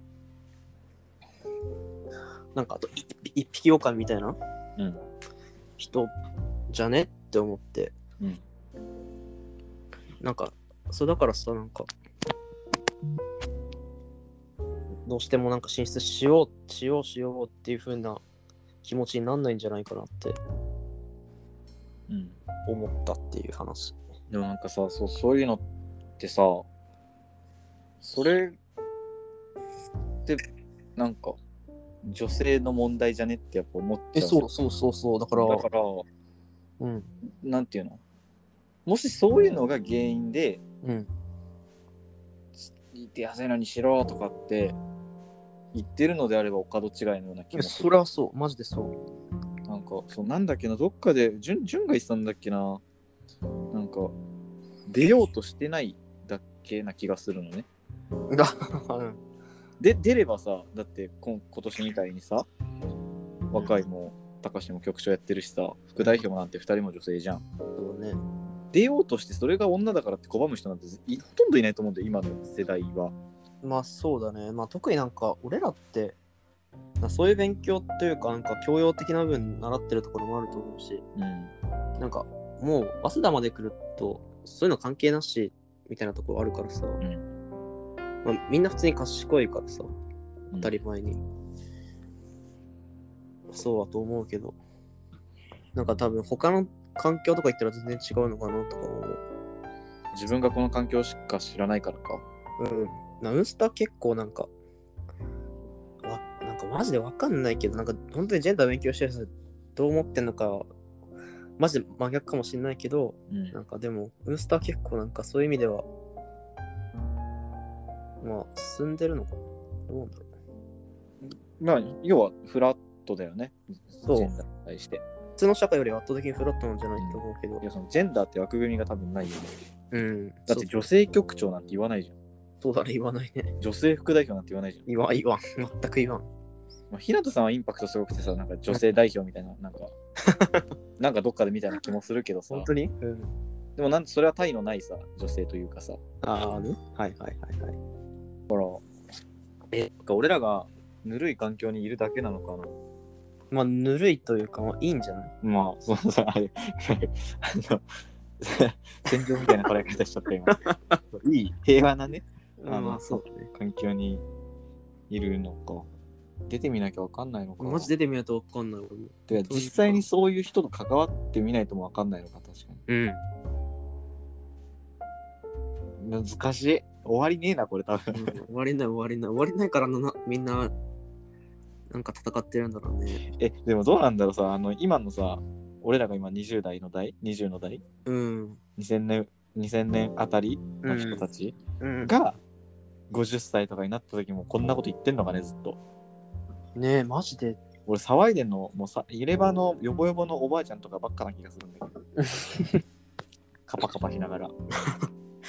[SPEAKER 2] なんかあといい一匹狼みたいな
[SPEAKER 1] うん
[SPEAKER 2] 人じゃねって思って、
[SPEAKER 1] うん
[SPEAKER 2] なんかそうだからさなんかどうしてもなんか進出しようしようしようっていう風な気持ちになんないんじゃないかなって
[SPEAKER 1] うん
[SPEAKER 2] 思ったっていう話
[SPEAKER 1] でもなんかさそうそういうのってさそれってなんか女性の問題じゃねってやっぱ思っちゃう。
[SPEAKER 2] え、そうそうそうそう。だから、
[SPEAKER 1] だから、
[SPEAKER 2] うん。
[SPEAKER 1] なんていうのもしそういうのが原因で、
[SPEAKER 2] うん。
[SPEAKER 1] 言って痩せのにしろとかって言ってるのであればお門違いのような気
[SPEAKER 2] いや
[SPEAKER 1] がする。
[SPEAKER 2] そりゃそう。マジでそう。
[SPEAKER 1] なんか、そうなんだっけな、どっかで、じゅんじゅんが言ってたんだっけな、なんか、出ようとしてないだっけな気がするのね。
[SPEAKER 2] うん
[SPEAKER 1] で、出ればさ、だってこん今年みたいにさ、若いも、高橋も局長やってるしさ、副代表もなんて2人も女性じゃん。
[SPEAKER 2] そうね。
[SPEAKER 1] 出ようとしてそれが女だからって拒む人なんていほとんどいないと思うんだよ今の世代は
[SPEAKER 2] まあそうだね。まあ特になんか俺らって、なそういう勉強というか、なんか教養的な部分習ってるところもあると思うし、
[SPEAKER 1] うん
[SPEAKER 2] なんかもう早稲田まで来ると、そういうの関係なしみたいなところあるからさ、
[SPEAKER 1] ん
[SPEAKER 2] まあ、みんな普通に賢いからさ、当たり前に。そうだと思うけど、なんか多分他の環境とか行ったら全然違うのかなとか思う。
[SPEAKER 1] 自分がこの環境しか知らないからか
[SPEAKER 2] うん。ナウンスター結構なんか、わ、なんかマジでわかんないけど、なんか本当にジェンダー勉強してる人どう思ってんのか、マジで真逆かもしんないけど、
[SPEAKER 1] うん
[SPEAKER 2] なんかでも、ウンスター結構なんかそういう意味では、まあ、進んでるのかな。どうなんだろう。
[SPEAKER 1] まあ要はフラットだよね
[SPEAKER 2] そう
[SPEAKER 1] ジェンダーに対して
[SPEAKER 2] 普通の社会より圧倒的にフラットなんじゃないと思うけど
[SPEAKER 1] い。やそのジェンダーって枠組みが多分ないよね
[SPEAKER 2] うん。
[SPEAKER 1] だって
[SPEAKER 2] そう
[SPEAKER 1] 女性局長なんて言わないじゃん
[SPEAKER 2] そうだね、言わないね。
[SPEAKER 1] 女性副代表なんて言わないじゃん、
[SPEAKER 2] 言わん、言わん。全く言わん。
[SPEAKER 1] まあ、日向さんはインパクトすごくてさなんか女性代表みたいな なんかなんかどっかで見たような気もするけどさ
[SPEAKER 2] 本当にうん。
[SPEAKER 1] でもなんそれは体のないさ女性というかさ
[SPEAKER 2] ああね。はいはいはいはい。
[SPEAKER 1] えなんか俺らがぬるい環境にいるだけなのかな
[SPEAKER 2] まあ、ぬるいというか、まあ、いいんじゃない
[SPEAKER 1] まあ、そうそう、あれ、あの、戦場みたいな捉え方しちゃった 今。いい、平和なね、
[SPEAKER 2] まあまあ、そうだね。
[SPEAKER 1] 環境にいるのか。出てみなきゃわかんないのか。
[SPEAKER 2] マジ出てみないと分かんない俺も。
[SPEAKER 1] で実際にそういう人と関わってみないともわかんないのか、確か
[SPEAKER 2] うん。
[SPEAKER 1] に。難しい。終わりねえな、これ多分。
[SPEAKER 2] 終わりない終わりない終わりないからななみんななんか戦ってるんだろうね。
[SPEAKER 1] え、でもどうなんだろうさ、あの、今のさ、俺らが今20代の代、20の代、
[SPEAKER 2] うん。
[SPEAKER 1] 2000年、2000年あたりの人たち
[SPEAKER 2] うん、
[SPEAKER 1] が、50歳とかになった時もこんなこと言ってんのかね、ずっと。
[SPEAKER 2] ねえ、マジで。
[SPEAKER 1] 俺騒いでんのもうさ入れ歯のヨボヨボのおばあちゃんとかばっかな気がするんだけど カパカパしながら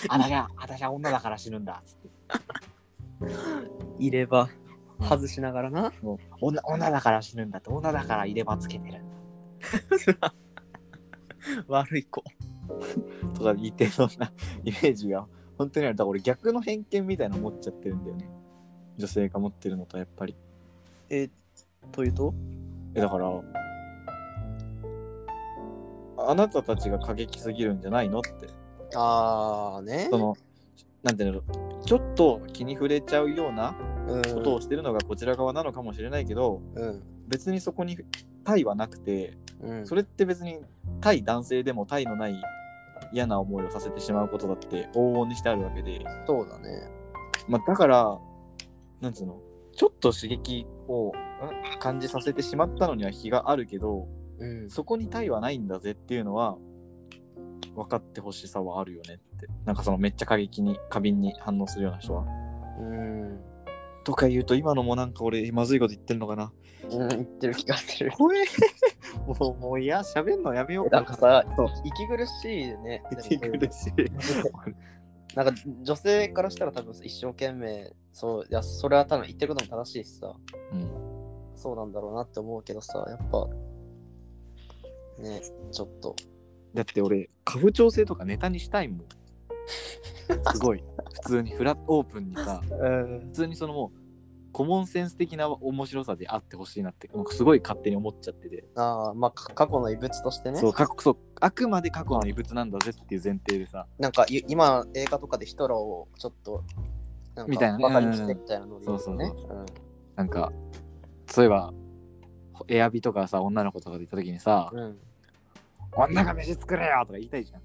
[SPEAKER 1] あだが私は女だから死ぬんだっつって
[SPEAKER 2] いれば
[SPEAKER 1] うん
[SPEAKER 2] 外しながらな。
[SPEAKER 1] もう女女だから死ぬんだって女だから入れ歯つけてるん
[SPEAKER 2] 悪い子。
[SPEAKER 1] だとか言ってそんな イメージが本当にあるだから俺逆の偏見みたいなの持っちゃってるんだよね女性が持ってるのとやっぱり
[SPEAKER 2] えというと
[SPEAKER 1] えだからあなたたちが過激すぎるんじゃないのって
[SPEAKER 2] ああね
[SPEAKER 1] そのなんていうのちょっと気に触れちゃうような
[SPEAKER 2] うん
[SPEAKER 1] ことをしてるのがこちら側なのかもしれないけど、
[SPEAKER 2] うん。
[SPEAKER 1] 別にそこに対はなくて
[SPEAKER 2] うん、
[SPEAKER 1] それって別に対男性でも対のない嫌な思いをさせてしまうことだって往々にしてあるわけで、
[SPEAKER 2] そうだね。
[SPEAKER 1] まあ、だからなんつうのちょっと刺激をん感じさせてしまったのには非があるけど
[SPEAKER 2] うん。
[SPEAKER 1] そこに対はないんだぜっていうのは分かってほしさはあるよねってなんかそのめっちゃ過激に過敏に反応するような人は。
[SPEAKER 2] うん。
[SPEAKER 1] とか言うと今のもなんか俺まずいこと言ってんのかな
[SPEAKER 2] うん、言ってる気がする。
[SPEAKER 1] これ もう、もういや、喋んのやめよう。
[SPEAKER 2] なんかさ、息苦しいね。
[SPEAKER 1] 息苦し い。
[SPEAKER 2] なんか女性からしたら多分一生懸命そういやそれは多分言ってることも正しいし さ
[SPEAKER 1] うん、
[SPEAKER 2] そうなんだろうなって思うけどさやっぱねちょっと
[SPEAKER 1] だって俺、家父調整とかネタにしたいもん。すごい。普通にフラットオープンにさ、
[SPEAKER 2] うん
[SPEAKER 1] 普通にそのもう、コモンセンス的な面白さであってほしいなって、なんかすごい勝手に思っちゃってて。
[SPEAKER 2] ああまあか過去の遺物としてね
[SPEAKER 1] そう、過去そうあくまで過去の異物なんだぜっていう前提でさ、
[SPEAKER 2] なんかい今映画とかでヒトラーをちょっとなん
[SPEAKER 1] みたいな
[SPEAKER 2] か
[SPEAKER 1] ね
[SPEAKER 2] バカにしてみたいなの
[SPEAKER 1] そうそうそう
[SPEAKER 2] うん
[SPEAKER 1] なんか、そういえば、エアビとかさ、女の子とかで行った時にさ、
[SPEAKER 2] うん
[SPEAKER 1] 女が飯作れよとか言いたいじゃん。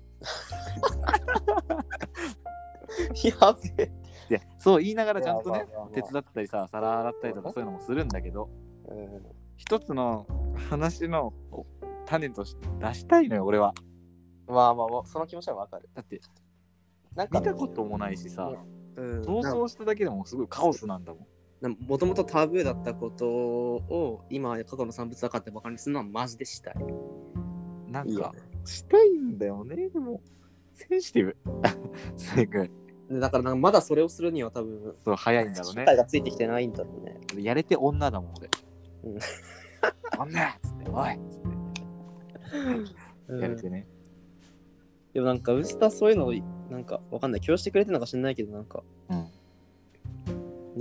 [SPEAKER 2] やべえ
[SPEAKER 1] で、そう言いながらちゃんとね、
[SPEAKER 2] まあまあまあ
[SPEAKER 1] 手伝ったりさ皿洗ったりとかそういうのもするんだけど
[SPEAKER 2] うん
[SPEAKER 1] 一つの話の種として出したいのよ、俺は。
[SPEAKER 2] まあまあまあ、その気持ちはわかる。
[SPEAKER 1] だって、
[SPEAKER 2] なんか
[SPEAKER 1] 見たこともないしさ、
[SPEAKER 2] うん
[SPEAKER 1] 想像しただけでもすごいカオスなんだもん。
[SPEAKER 2] もともとタブーだったことを今過去の産物だかってバカにするのはマジでしたい。
[SPEAKER 1] なん
[SPEAKER 2] いい
[SPEAKER 1] か
[SPEAKER 2] よ、
[SPEAKER 1] したいんだよね、でも、センシティブ。 すごい。
[SPEAKER 2] ねだからなんかまだそれをするには多分、
[SPEAKER 1] そう、早いんだろう
[SPEAKER 2] 社
[SPEAKER 1] ね。
[SPEAKER 2] 会がついてきてないんだろうね。
[SPEAKER 1] やれて女だもん、俺
[SPEAKER 2] うん。
[SPEAKER 1] 女っつって、おいっつって、やれてね。
[SPEAKER 2] でもなんかウスターそういうのをなんかわかんない。共有してくれてるのか知んないけどなんか
[SPEAKER 1] うん。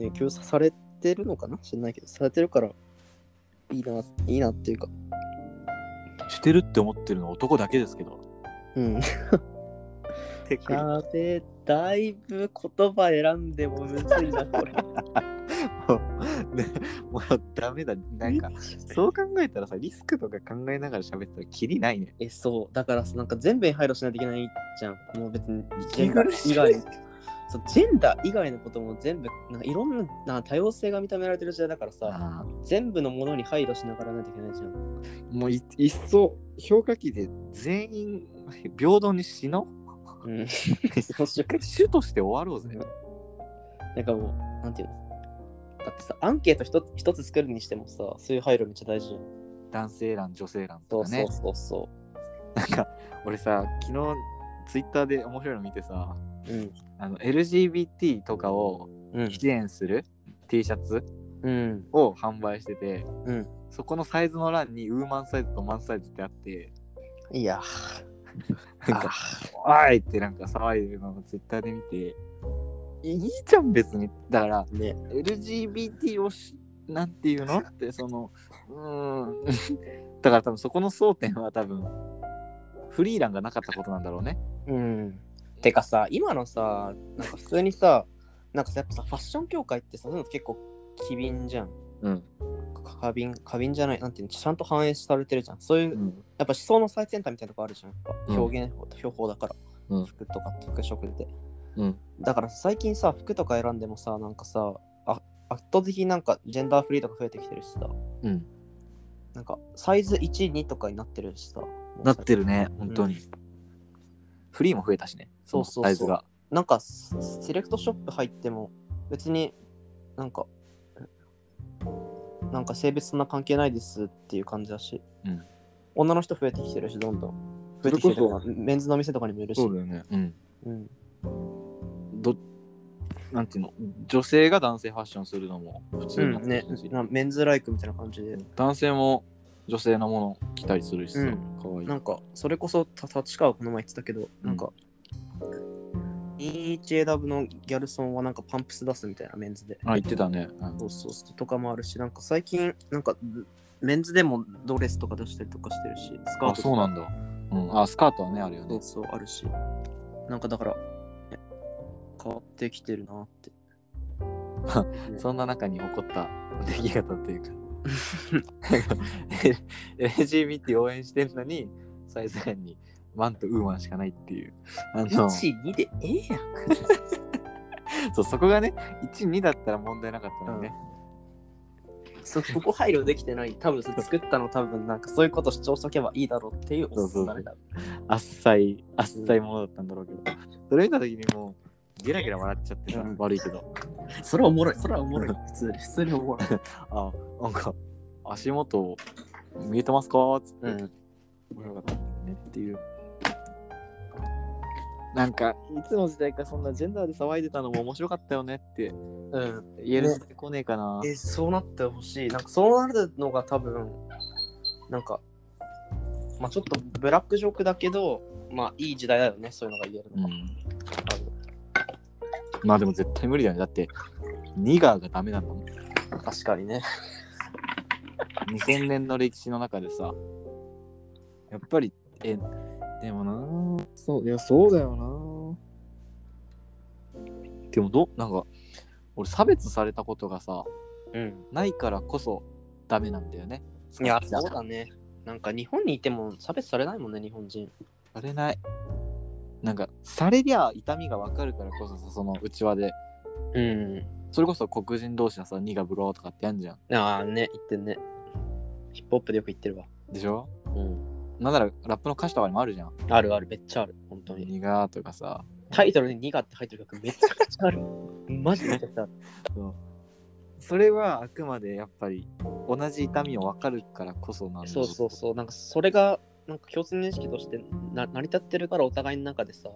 [SPEAKER 2] ね、共有されてるのかな知んないけど、されてるからいいな、いいなっていうか。
[SPEAKER 1] してるって思ってるの男だけですけど。
[SPEAKER 2] うん。
[SPEAKER 1] てく
[SPEAKER 2] やべえ、だいぶ言葉選んでもむずいな、これ。
[SPEAKER 1] ね、もうダメだ。 なんか、そう考えたらさ、リスクとか考えながら喋ってたら、キリないね。
[SPEAKER 2] え、そう。だからさ、なんか全部に配慮しないといけないじゃん。もう別に、
[SPEAKER 1] 息
[SPEAKER 2] ジェンダ
[SPEAKER 1] 苦
[SPEAKER 2] ー
[SPEAKER 1] しい
[SPEAKER 2] 以外の。そう、ジェンダー以外のことも全部、なんかいろんな多様性が認められてる時代だからさ、
[SPEAKER 1] あ
[SPEAKER 2] 全部のものに配慮しながらやらないといけないじゃん。
[SPEAKER 1] ーもうい、いっそ、評価機で全員、平等に死の
[SPEAKER 2] うん。
[SPEAKER 1] う。
[SPEAKER 2] そうしよう
[SPEAKER 1] 主として終わろうぜ。
[SPEAKER 2] なんかもう、なんていうのだってさ、アンケート一つ一つ作るにしてもさ、そういう配慮めっちゃ大事じゃん。
[SPEAKER 1] 男性欄、女性欄
[SPEAKER 2] そ
[SPEAKER 1] と
[SPEAKER 2] う
[SPEAKER 1] かね。
[SPEAKER 2] そうそうそ
[SPEAKER 1] なんか、俺さ、昨日、ツイッターで面白いの見てさ、
[SPEAKER 2] う。うん。
[SPEAKER 1] あの LGBT とかを
[SPEAKER 2] うん。
[SPEAKER 1] 支援する T シャツ
[SPEAKER 2] うん。
[SPEAKER 1] を販売してて、
[SPEAKER 2] うん。
[SPEAKER 1] そこのサイズの欄にウーマンサイズとマンサイズってあって、
[SPEAKER 2] いや。
[SPEAKER 1] なんか、おいってなんか騒いでるのをツイッターで見て、いいじゃん別に。だから、
[SPEAKER 2] ね。
[SPEAKER 1] LGBT をし、なんていうのって、その、うーん。 だから多分そこの争点は多分、フリー欄がなかったことなんだろうね。
[SPEAKER 2] うん。てかさ、今のさ、なんか普通にさ、なんかさ、やっぱさ、ファッション協会ってさ、そういうの結構機敏じゃん。
[SPEAKER 1] うん。
[SPEAKER 2] 過敏、過敏じゃない、なんていうの、ちゃんと反映されてるじゃん。そういう、やっぱ思想の最先端みたいなとこあるじゃん。やっぱ
[SPEAKER 1] うん
[SPEAKER 2] 表現、標法だから、
[SPEAKER 1] うん
[SPEAKER 2] 服とか服飾で。
[SPEAKER 1] うん。
[SPEAKER 2] だから最近さ、服とか選んでもさ、なんかさ、あ圧倒的になんかジェンダーフリーとか増えてきてるしさ、
[SPEAKER 1] うん。
[SPEAKER 2] なんかサイズ1、2とかになってるしさ。
[SPEAKER 1] なってるね、本当に。フリーも増えたしね、
[SPEAKER 2] そうそうそう
[SPEAKER 1] サイズが。
[SPEAKER 2] なんかセセレクトショップ入っても別になんかなんか性別そんな関係ないですっていう感じだし、
[SPEAKER 1] うん
[SPEAKER 2] 女の人増えてきてるしどんどん増えてきてるとかメンズの店とかにもいるし
[SPEAKER 1] だよね。うん。
[SPEAKER 2] うん
[SPEAKER 1] ど、なんていうの、女性が男性ファッションするのも普通
[SPEAKER 2] う
[SPEAKER 1] になっ
[SPEAKER 2] ん
[SPEAKER 1] て
[SPEAKER 2] ね
[SPEAKER 1] きてるし、
[SPEAKER 2] なメンズライクみたいな感じで
[SPEAKER 1] 男性も女性のもの着たりするしさ、
[SPEAKER 2] うん
[SPEAKER 1] かわいい。
[SPEAKER 2] なんかそれこそた立川この前言ってたけどなんか、EHAW のギャルソンはなんかパンプス出すみたいなメンズで
[SPEAKER 1] あ、言ってたね。うん
[SPEAKER 2] そうそうそうとかもあるし、なんか最近、なんかメンズでもドレスとか出したりとかしてるし、スカー
[SPEAKER 1] あ、
[SPEAKER 2] ト
[SPEAKER 1] そ
[SPEAKER 2] と
[SPEAKER 1] うな
[SPEAKER 2] か
[SPEAKER 1] んだ。うん、あ、スカートはね、あるよ
[SPEAKER 2] そ
[SPEAKER 1] ね
[SPEAKER 2] う。そうあるし、なんかだから、ね変わってきてるなって。ね
[SPEAKER 1] そんな中に起こった出来事というか。LGBT 応援してんのに、サイズ感にマンとウーマンしかないっていう。あの、
[SPEAKER 2] 1、2でええやん。
[SPEAKER 1] そうそこがね、1、2だったら問題なかったのにね。
[SPEAKER 2] そそこ配慮できてない。多分それ作ったの多分なんかそういうこと主張しとけばいいだろうっていうおすすめだ。
[SPEAKER 1] あっさい、あっさいものだったんだろうけど。それ見た時にもう、ゲラゲラ笑っちゃってさ、
[SPEAKER 2] うん
[SPEAKER 1] 悪いけど。
[SPEAKER 2] それはおもろい。それはおもろ い。普通に、普通におもろい。
[SPEAKER 1] あ、なんか、足元見えてますかつって、
[SPEAKER 2] うん。
[SPEAKER 1] 面白かったんだよねっていう。なんか、いつの時代かそんなジェンダーで騒いでたのも面白かったよねって
[SPEAKER 2] うん。
[SPEAKER 1] 言える時代来ねえかな。
[SPEAKER 2] えそうなってほしいなんかそうなるのが多分なんかまあちょっとブラックジョークだけどまあいい時代だよねそういうのが言える
[SPEAKER 1] う
[SPEAKER 2] のが、
[SPEAKER 1] ん。
[SPEAKER 2] 多
[SPEAKER 1] まあでも絶対無理だよね。だって、ニガーがダメなんだもん。
[SPEAKER 2] 分確かにね
[SPEAKER 1] 2000年の歴史の中でさ、やっぱり、え、でもなあそう、いや、そうだよなあでもど、なんか、俺、差別されたことがさ、
[SPEAKER 2] うん
[SPEAKER 1] ないからこそダメなんだよね。
[SPEAKER 2] いやそうだねなんか日本にいても差別されないもんね日本人
[SPEAKER 1] されない。なんか、されりゃ痛みがわかるからこそさ、そのうちわで
[SPEAKER 2] うん
[SPEAKER 1] それこそ黒人同士のさ、ニガブロとかってやんじゃん。
[SPEAKER 2] ああね、言ってんね。ヒップホップでよく言ってるわ。
[SPEAKER 1] でしょ
[SPEAKER 2] うん。
[SPEAKER 1] なんならラップの歌詞とかにもあるじゃん。
[SPEAKER 2] あるある、めっちゃある。本当に。
[SPEAKER 1] ニガーとかさ。
[SPEAKER 2] タイトルにニガって入ってる曲めちゃくちゃある。マジでめちゃくちゃある。
[SPEAKER 1] それはあくまでやっぱり同じ痛みを分かるからこそなんだ
[SPEAKER 2] そうそうそう。なんかそれが、なんか共通認識としてな成り立ってるからお互いの中でさ、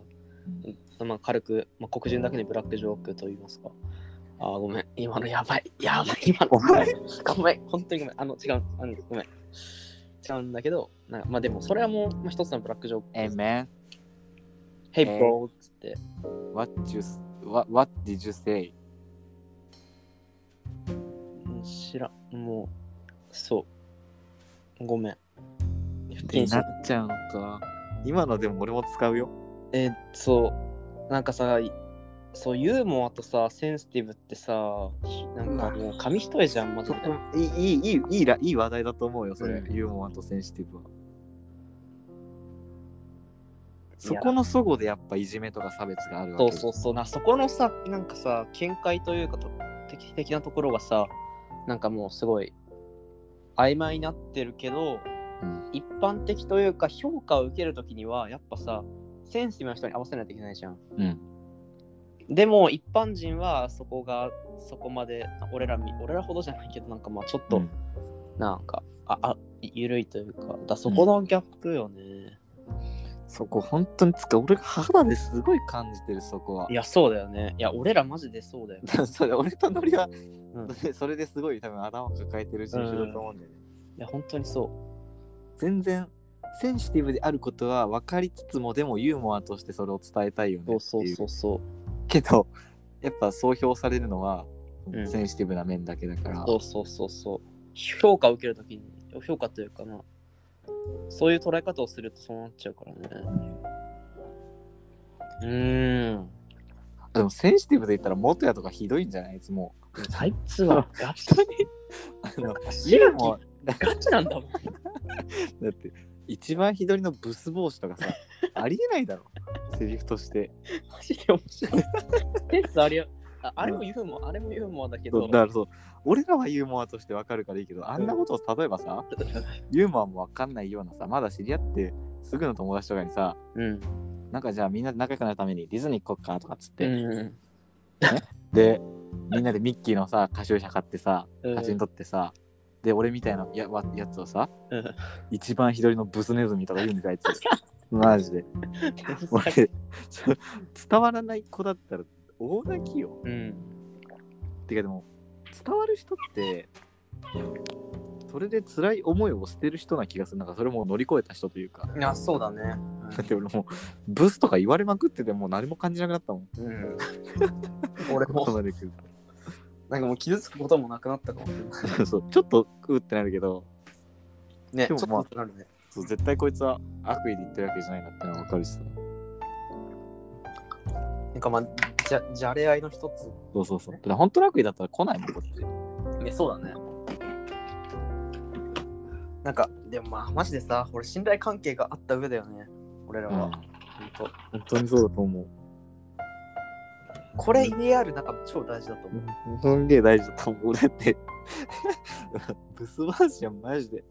[SPEAKER 2] まあ、軽く、まあ、黒人だけにブラックジョークと言いますか。ああ、ごめん。今のやばい。やばい。今の。
[SPEAKER 1] ごめ
[SPEAKER 2] ごめん。本当にごめん。あの、違う。あのごめん。違うんだけど、なんかまあでも、それはもう、まあ、一つのブラックジョーク。
[SPEAKER 1] え、man,
[SPEAKER 2] Hey, bro! っつって。
[SPEAKER 1] what, you, what, what did you say?
[SPEAKER 2] うん知らん。もう、そう。ごめん。
[SPEAKER 1] っ
[SPEAKER 2] 不
[SPEAKER 1] て
[SPEAKER 2] 謹
[SPEAKER 1] な
[SPEAKER 2] 慎。
[SPEAKER 1] っちゃうのか。今のでも俺も使うよ。
[SPEAKER 2] えーそう。なんかさ、いそう、ユーモアとさ、センシティブってさ、ひなんかもう紙一重じゃん、マジ
[SPEAKER 1] そ
[SPEAKER 2] で
[SPEAKER 1] こ。いいいいいいいいらいい話題だと思うよ、それ。
[SPEAKER 2] うん
[SPEAKER 1] ユーモアとセンシティブは。そこの齟齬でやっぱいじめとか差別があるわけ
[SPEAKER 2] そうそうそうなそこのさなんかさ見解というかと的的なところがさなんかもうすごい曖昧になってるけど、
[SPEAKER 1] うん
[SPEAKER 2] 一般的というか評価を受けるときにはやっぱさセンシティブな人に合わせないといけないじゃん
[SPEAKER 1] うん。
[SPEAKER 2] でも一般人はそこがそこまで俺らみ俺らほどじゃないけどなんかまあちょっと、
[SPEAKER 1] うん
[SPEAKER 2] なんかああ緩いというかだそこのギャップよね、
[SPEAKER 1] そこ本当につか、俺が肌ですごい感じてる、そこは。
[SPEAKER 2] いやそうだよねいや俺らマジでそうだよ ね
[SPEAKER 1] それ俺とノリは、
[SPEAKER 2] う
[SPEAKER 1] それですごい多分頭抱えてる人種だと思うんだよね。
[SPEAKER 2] いや本当にそう
[SPEAKER 1] 全然センシティブであることは分かりつつもでもユーモアとしてそれを伝えたいよね
[SPEAKER 2] そう
[SPEAKER 1] って
[SPEAKER 2] そう
[SPEAKER 1] いう
[SPEAKER 2] そうそう
[SPEAKER 1] けどやっぱ総評されるのは
[SPEAKER 2] うん
[SPEAKER 1] センシティブな面だけだから、
[SPEAKER 2] そうそうそうそう。評価を受けるときに、評価というかな、そういう捉え方をするとそうなっちゃうからね。うーん。
[SPEAKER 1] でもセンシティブで言ったら元やとかひどいんじゃないいつも
[SPEAKER 2] あいつはガチだね。
[SPEAKER 1] あの
[SPEAKER 2] ユー
[SPEAKER 1] も
[SPEAKER 2] モアガチなんだもん。
[SPEAKER 1] だって一番左のブス帽子とかさありえないだろセリフとして
[SPEAKER 2] マジで面白い。センスあれああれもユーモア、あれもユーモアだけ
[SPEAKER 1] そ
[SPEAKER 2] ど
[SPEAKER 1] う、だからそう俺らはユーモアとして分かるからいいけどあんなことを例えば さ、ユーモアも分かんないようなさまだ知り合ってすぐの友達とかにさ
[SPEAKER 2] うん。
[SPEAKER 1] なんかじゃあみんなで仲良くなるためにディズニー行こっかとかっつって、
[SPEAKER 2] うん。
[SPEAKER 1] でみんなでミッキーのさ歌集車買ってさ
[SPEAKER 2] うん
[SPEAKER 1] 写真撮ってさ、で俺みたいなやわやつをさ
[SPEAKER 2] うん
[SPEAKER 1] 一番左のブスネズミとか言うんだよあい つマジで俺ちょ伝わらない子だったら大泣きよ
[SPEAKER 2] うん。
[SPEAKER 1] てかでも伝わる人ってそれで辛い思いを捨てる人な気がするなんかそれも乗り越えた人というか
[SPEAKER 2] いや、そうだね。
[SPEAKER 1] だって俺もうブスとか言われまくっててもう何も感じなくなったもん
[SPEAKER 2] うん。俺
[SPEAKER 1] ここ
[SPEAKER 2] も、
[SPEAKER 1] まで来る
[SPEAKER 2] なんかもう傷つくこともなくなったかもしれない。
[SPEAKER 1] とそう ちょっとうってなるけど
[SPEAKER 2] ね、
[SPEAKER 1] でもまあ
[SPEAKER 2] ちょっとなるね。
[SPEAKER 1] そう絶対こいつは悪意で言ってるわけじゃないなってのは分かるしさ
[SPEAKER 2] なんかまあ、じゃ、じゃれ合いの一つ。
[SPEAKER 1] そうそうそうだから本当の悪意だったら来ないもんこっち
[SPEAKER 2] ね、そうだね。なんか、でもまあ、マジでさ、俺、信頼関係があった上だよね。俺らは。ほんと
[SPEAKER 1] 本当にそうだと思う
[SPEAKER 2] これ、家ある中、超大事だと 思う。
[SPEAKER 1] すんげえ大事だと思う俺って ブスバージョンマジで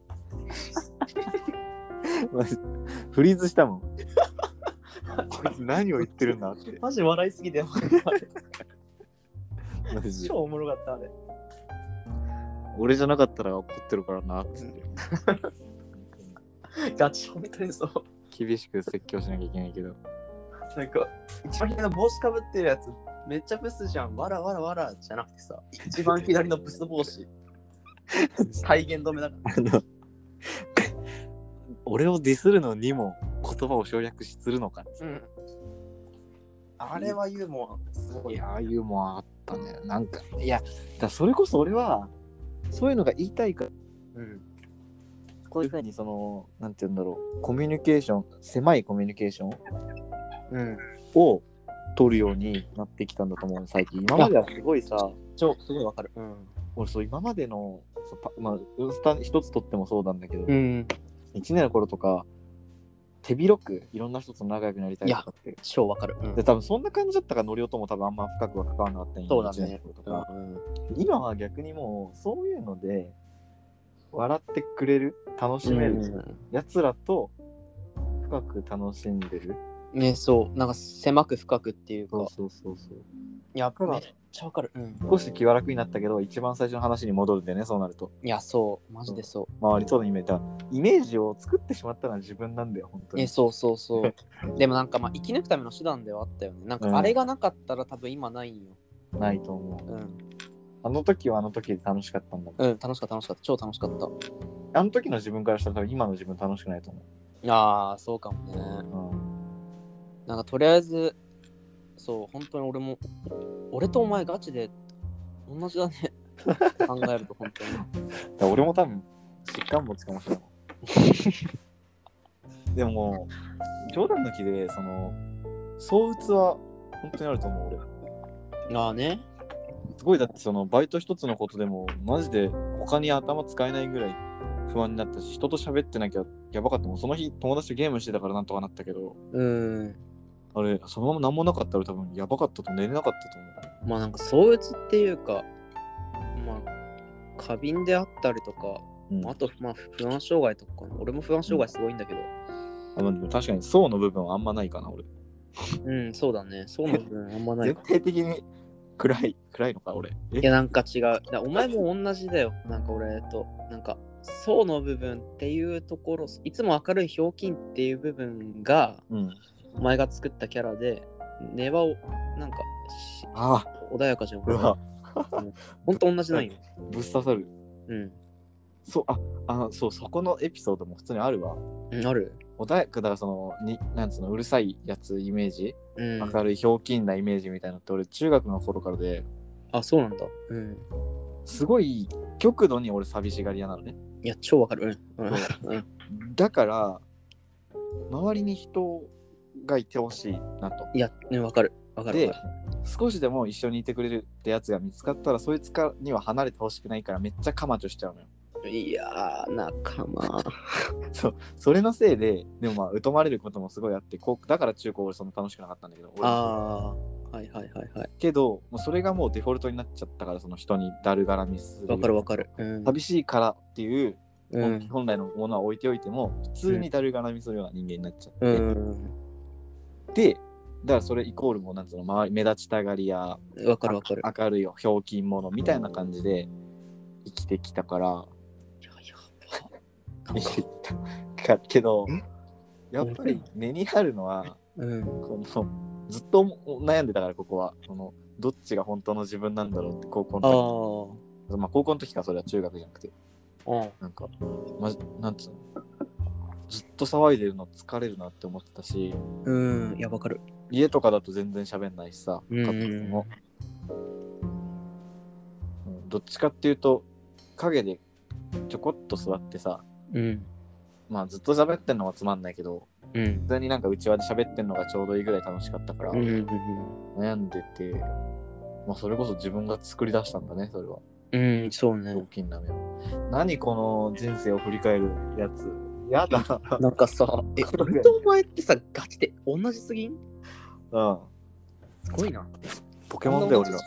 [SPEAKER 1] マジ フリーズしたもんこいつ何を言ってるんだって
[SPEAKER 2] マジ笑いすぎて、
[SPEAKER 1] マジで
[SPEAKER 2] 超おもろかった、あれ。
[SPEAKER 1] 俺じゃなかったら怒ってるからなっつって
[SPEAKER 2] ガチ、本当にそう。
[SPEAKER 1] 厳しく説教しなきゃいけないけど
[SPEAKER 2] なんか、一番左の帽子かぶってるやつ、めっちゃブスじゃん。わらわらわらじゃなくてさ、一番左のブス帽子。体言止めだから。
[SPEAKER 1] あの俺をディスるのにも言葉を省略するのか
[SPEAKER 2] うん。あれはユーモア、すご
[SPEAKER 1] い
[SPEAKER 2] い。
[SPEAKER 1] やーユーモアあったねなんかいやだからそれこそ俺はそういうのが言いたいから
[SPEAKER 2] うん。
[SPEAKER 1] こういうふうにそのなんて言うんだろうコミュニケーション狭いコミュニケーション
[SPEAKER 2] うん。
[SPEAKER 1] を取るようになってきたんだと思う最近今まではすごいさ
[SPEAKER 2] 超、すごいわかる。うん。
[SPEAKER 1] 俺そう今までのそうパまあインスタ一つ取ってもそうなんだけど、
[SPEAKER 2] うん。
[SPEAKER 1] 1年の頃とか手広くいろんな人と仲良くなりたいとかって。
[SPEAKER 2] 超わかる。うん
[SPEAKER 1] で、多分そんな感じだったから、のりおとも多分あんま深くは関わらなかったんや
[SPEAKER 2] そうだね
[SPEAKER 1] 一年生と
[SPEAKER 2] うん
[SPEAKER 1] か今は逆にもう、そういうので、笑ってくれる、楽しめる、やつらと深く楽しんでる。
[SPEAKER 2] うんね、そう、なんか狭く深くっていうか、
[SPEAKER 1] そうそうそう。
[SPEAKER 2] いやっぱ
[SPEAKER 1] た
[SPEAKER 2] め
[SPEAKER 1] だ
[SPEAKER 2] っちゃわかる。うん
[SPEAKER 1] 少し気は楽になったけど、一番最初の話に戻るんだよね、そうなると。
[SPEAKER 2] いや、そう、マジでそう。
[SPEAKER 1] 周りとのイメージだから。イメージを作ってしまったのは自分なんだよ、本当
[SPEAKER 2] ね、
[SPEAKER 1] に。
[SPEAKER 2] そうそう そう。でもなんかまあ生き抜くための手段ではあったよね。なん
[SPEAKER 1] うん
[SPEAKER 2] かあれがなかったら多分今ないんよ。
[SPEAKER 1] ないと思う。
[SPEAKER 2] うん。
[SPEAKER 1] あの時はあの時で楽しかったんだもん。
[SPEAKER 2] うん、楽しかった楽しかった。超楽しかった。
[SPEAKER 1] あの時の自分からしたら多分今の自分楽しくないと思
[SPEAKER 2] ああ、そうかもね。
[SPEAKER 1] う。うん。
[SPEAKER 2] なんかとりあえず、そう、本当に俺も、俺とお前ガチで同じだ ね。考えると本当に。
[SPEAKER 1] だから俺も多分、疾患持つかもしれない。 でももう、冗談抜きで、その、相鬱は本当にあると思う、俺。
[SPEAKER 2] ああね。
[SPEAKER 1] すごいだってそのバイト一つのことでもマジで他に頭使えないぐらい不安になったし人と喋ってなきゃやばかったもんその日友達とゲームしてたからなんとかなったけど
[SPEAKER 2] うん。
[SPEAKER 1] あれそのまま何もなかったら多分やばかったと寝れなかったと思
[SPEAKER 2] まあなんか相鬱っていうか、まあ、過敏であったりとか、
[SPEAKER 1] う、うん
[SPEAKER 2] あとまあ不安障害とかかな、俺も不安障害すごいんだけど、
[SPEAKER 1] あのでも確かに層の部分はあんまないかな俺
[SPEAKER 2] うん、そうだね、そうなんだね、あんまない
[SPEAKER 1] 全
[SPEAKER 2] か。
[SPEAKER 1] 体的に暗い 暗いのか俺
[SPEAKER 2] いや、なんか違う。だからお前も同じだよ、なんか俺と、なんか、層の部分っていうところ、いつも明るいひょうきんっていう部分が、
[SPEAKER 1] うん
[SPEAKER 2] お前が作ったキャラで、根はを、なんかし、
[SPEAKER 1] ああ
[SPEAKER 2] 穏やかじゃん。
[SPEAKER 1] うわ
[SPEAKER 2] ほんと同じなんよ。
[SPEAKER 1] ぶっ刺さる
[SPEAKER 2] うん。
[SPEAKER 1] そうああそうそこのエピソードも普通にあるわ
[SPEAKER 2] うん、ある
[SPEAKER 1] 穏やかだからそのになんつうのうるさいやつイメージ
[SPEAKER 2] うん。
[SPEAKER 1] 明るいひょうきんなイメージみたいなのって俺中学の頃からで
[SPEAKER 2] あ、そうなんだ。うん。
[SPEAKER 1] すごい極度に俺寂しがり屋なのね
[SPEAKER 2] いや、超わかる。うん。うんうん。
[SPEAKER 1] だから周りに人がいてほしいなと
[SPEAKER 2] いや、ね、わかる。わかる。
[SPEAKER 1] で
[SPEAKER 2] わか
[SPEAKER 1] 少しでも一緒にいてくれるってやつが見つかったらそいつからには離れてほしくないからめっちゃカマチョしちゃうのよ
[SPEAKER 2] るいやー、仲間。
[SPEAKER 1] それのせいででもまあ疎まれることもすごいあってこうだから中高俺そんな楽しくなかったんだけど俺
[SPEAKER 2] あー、はいはいはいはい。
[SPEAKER 1] けどもうそれがもうデフォルトになっちゃったからその人にだるがらみする
[SPEAKER 2] わかるわかる。うん。
[SPEAKER 1] 寂しいからっていう
[SPEAKER 2] うん。
[SPEAKER 1] 本来のものは置いておいても普通にだるがらみするような人間になっちゃって、
[SPEAKER 2] うん。
[SPEAKER 1] でだからそれイコールもうなんつうの周り目立ちたがりや
[SPEAKER 2] わかるわかる。
[SPEAKER 1] あ明るいよひょうきん者みたいな感じで生きてきたから
[SPEAKER 2] いやや
[SPEAKER 1] 生
[SPEAKER 2] ば
[SPEAKER 1] きてきたかけど
[SPEAKER 2] え
[SPEAKER 1] やっぱり根にあるのは
[SPEAKER 2] うん。
[SPEAKER 1] このずっと悩んでたからここはこのどっちが本当の自分なんだろうって高校
[SPEAKER 2] あ
[SPEAKER 1] の
[SPEAKER 2] ー。
[SPEAKER 1] 時まあ高校の時かそれは中学じゃなくて
[SPEAKER 2] うん。
[SPEAKER 1] なんか、ま、なんつうのずっと騒いでるの疲れるなって思ってたし
[SPEAKER 2] うん。いや、わかる。
[SPEAKER 1] 家とかだと全然喋んないしさ、
[SPEAKER 2] うんうんうん
[SPEAKER 1] 家族も、うんどっちかっていうと影でちょこっと座ってさ
[SPEAKER 2] うん。
[SPEAKER 1] まあずっと喋ってんのはつまんないけど
[SPEAKER 2] うん。
[SPEAKER 1] 普通になんかうちわで喋ってんのがちょうどいいぐらい楽しかったから、
[SPEAKER 2] うんうん
[SPEAKER 1] 悩んでて、まあ、それこそ自分が作り出したんだねそれは
[SPEAKER 2] うん、うん、そう
[SPEAKER 1] 大
[SPEAKER 2] ね。
[SPEAKER 1] きな目を何この人生を振り返るやつやだ
[SPEAKER 2] なんかさ、え、
[SPEAKER 1] これ
[SPEAKER 2] 俺とお前ってさ、ガチで同じすぎ
[SPEAKER 1] う
[SPEAKER 2] ん
[SPEAKER 1] ん
[SPEAKER 2] すごいな。
[SPEAKER 1] ポケモンだよ俺ら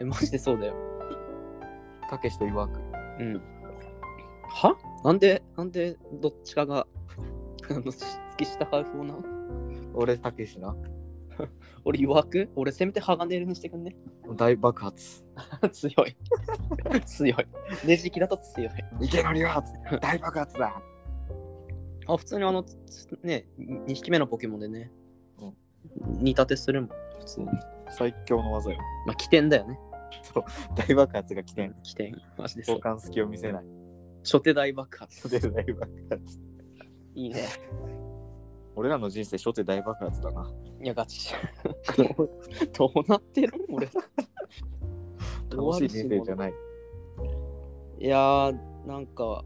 [SPEAKER 2] え、マジでそうだよ。
[SPEAKER 1] たけしといわく
[SPEAKER 2] うん。はなんで、なんで、どっちかが、あの、月下派風な
[SPEAKER 1] 俺たけしな
[SPEAKER 2] 俺、弱く俺、せめて鋼色にしてくんね。
[SPEAKER 1] 大爆発
[SPEAKER 2] 強い。 強い。 ねじきだと強い。
[SPEAKER 1] 池のりは 大爆発だ
[SPEAKER 2] あ、普通にあの、つね、2匹目のポケモンでね
[SPEAKER 1] うん、
[SPEAKER 2] 似立てするもん、普通に。
[SPEAKER 1] 最強の技よ
[SPEAKER 2] まあ、起点だよね。
[SPEAKER 1] 大爆発が来てん
[SPEAKER 2] 起点。マジでそ
[SPEAKER 1] 交
[SPEAKER 2] う。
[SPEAKER 1] 換隙を見せない
[SPEAKER 2] 初手大爆発。
[SPEAKER 1] 初手大爆発
[SPEAKER 2] いいね。
[SPEAKER 1] 俺らの人生初手大爆発だない
[SPEAKER 2] や、ガチ。どうなってる俺。
[SPEAKER 1] 楽しい人生じゃない
[SPEAKER 2] いやー、なんか、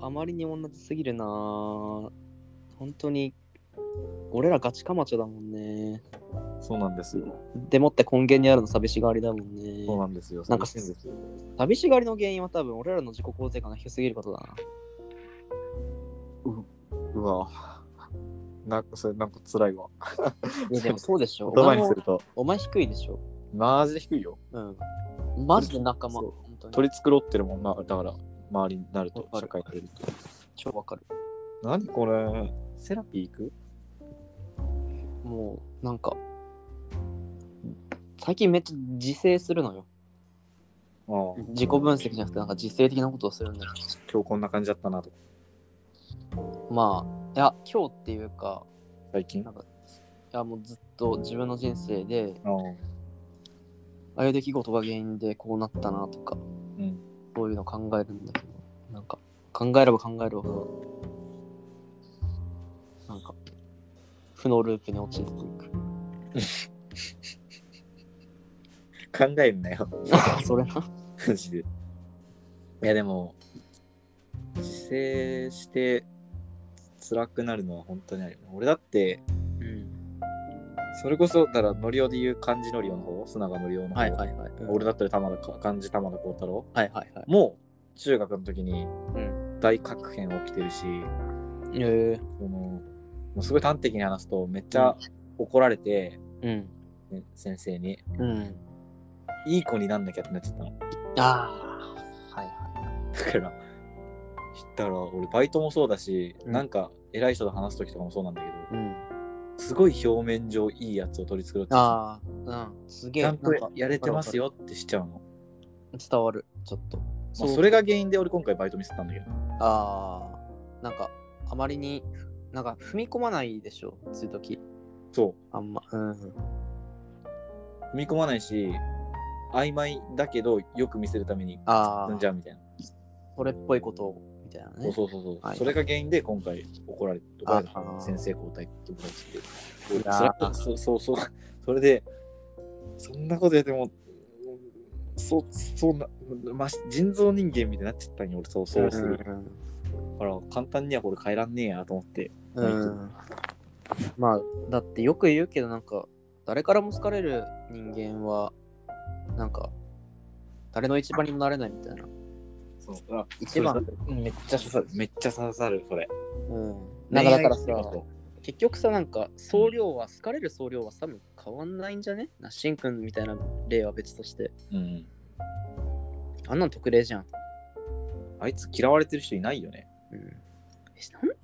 [SPEAKER 2] あまりに同じすぎるなー本当に、俺らガチカマチョだもんね。
[SPEAKER 1] そうなんですよ
[SPEAKER 2] でもって根源にあるの寂しがりだもんね。
[SPEAKER 1] そうなんですよ
[SPEAKER 2] なんか
[SPEAKER 1] そうですよ
[SPEAKER 2] 寂しがりの原因は多分俺らの自己肯定感が低すぎることだな。
[SPEAKER 1] うわなんかそれなんか辛いわ。
[SPEAKER 2] いやでもそうでしょ。
[SPEAKER 1] 言葉に
[SPEAKER 2] お
[SPEAKER 1] す
[SPEAKER 2] 前も
[SPEAKER 1] ると、
[SPEAKER 2] お前低いでしょ。
[SPEAKER 1] マジで低いよ。
[SPEAKER 2] うん。マジで仲間。
[SPEAKER 1] そう
[SPEAKER 2] 本当に。
[SPEAKER 1] 取り繕ってるもんな、だから、周りになると、
[SPEAKER 2] わ
[SPEAKER 1] 社
[SPEAKER 2] か
[SPEAKER 1] 会
[SPEAKER 2] る
[SPEAKER 1] に出ると。
[SPEAKER 2] 超わかる。
[SPEAKER 1] 何これセラピー行く
[SPEAKER 2] もう、なんか、最近めっちゃ自制するのよ。
[SPEAKER 1] ああ、
[SPEAKER 2] 自己分析じゃなくて、なんか自制的なことをするんだよ。
[SPEAKER 1] 今日こんな感じだったなとか、
[SPEAKER 2] まあ、いや、今日っていうか、
[SPEAKER 1] 最近。
[SPEAKER 2] な
[SPEAKER 1] あ
[SPEAKER 2] んか、いや、もうずっと自分の人生で、
[SPEAKER 1] あ、
[SPEAKER 2] ああいう出来事が原因でこうなったなとか、
[SPEAKER 1] うん。
[SPEAKER 2] そういうの考えるんだけど、なんか、考えれば考えるほど、なんか、負のループに陥っていく。
[SPEAKER 1] 考えんな よ、
[SPEAKER 2] それな。
[SPEAKER 1] マジで。いや、でも、自制して辛くなるのは本当にあるよね。俺だって、
[SPEAKER 2] うん。
[SPEAKER 1] それこそ、だから、のりおで言う漢字のりおの方、砂川のりおの方、
[SPEAKER 2] はいはいはい。
[SPEAKER 1] 俺だったら玉田か、漢字玉田幸太郎
[SPEAKER 2] はいはいはい。
[SPEAKER 1] もう、中学の時に
[SPEAKER 2] うん
[SPEAKER 1] 大確変起きてるし、
[SPEAKER 2] え
[SPEAKER 1] そのもうすごい端的に話すとめっちゃ怒られて、
[SPEAKER 2] えうん。
[SPEAKER 1] ね先生に
[SPEAKER 2] うん。
[SPEAKER 1] いい子になんなきゃってなっちゃったの
[SPEAKER 2] ああ。はいは
[SPEAKER 1] だからだから俺バイトもそうだし、
[SPEAKER 2] うん
[SPEAKER 1] なんか偉い人と話す時とかもそうなんだけど
[SPEAKER 2] い。うん。
[SPEAKER 1] すごい表面上いいやつを取り繕ってさ
[SPEAKER 2] ああ。うん。すげえ。
[SPEAKER 1] ちゃ
[SPEAKER 2] なん
[SPEAKER 1] ん
[SPEAKER 2] か
[SPEAKER 1] とやれてますよってしちゃうの
[SPEAKER 2] 伝わる。ちょっと。
[SPEAKER 1] まあ、それが原因で俺今回バイトミスったんだけど
[SPEAKER 2] ああ。なんか、あまりに、なんか踏み込まないでしょ。そういう時。
[SPEAKER 1] そ
[SPEAKER 2] あんま。うん。
[SPEAKER 1] う踏み込まないし曖昧だけどよく見せるために
[SPEAKER 2] あ
[SPEAKER 1] んじ
[SPEAKER 2] あ。
[SPEAKER 1] ゃうみたいな
[SPEAKER 2] それっぽいことを、みたいな
[SPEAKER 1] そう
[SPEAKER 2] ね。
[SPEAKER 1] そうそうそう、
[SPEAKER 2] はい
[SPEAKER 1] それが原因で今回怒られ怒られた
[SPEAKER 2] あー
[SPEAKER 1] 先生交代ってことして
[SPEAKER 2] いやー
[SPEAKER 1] 辛かったそうそうそうそれでそんなことやってもそうそうな、ま、人造人間みたいになっちゃったんよ俺そうそうする、
[SPEAKER 2] う
[SPEAKER 1] から簡単にはこれ帰らんねえやと思って
[SPEAKER 2] ん。うん。まあ、だってよく言うけど、なんか、誰からも好かれる人間は、なんか、誰の一番にもなれないみたいな。
[SPEAKER 1] そうあ
[SPEAKER 2] 一番
[SPEAKER 1] それうんめっちゃ刺さるめっちゃ刺さるそれ
[SPEAKER 2] うん。なんかだからさ、
[SPEAKER 1] 恋愛ってこ
[SPEAKER 2] 結局さ、なんか、総量は、好かれる総量は多分変わんないんじゃねなしんくんみたいな例は別として。
[SPEAKER 1] とうん
[SPEAKER 2] あんなの特例じゃん。
[SPEAKER 1] あいつ嫌われてる人いないよね
[SPEAKER 2] うん。え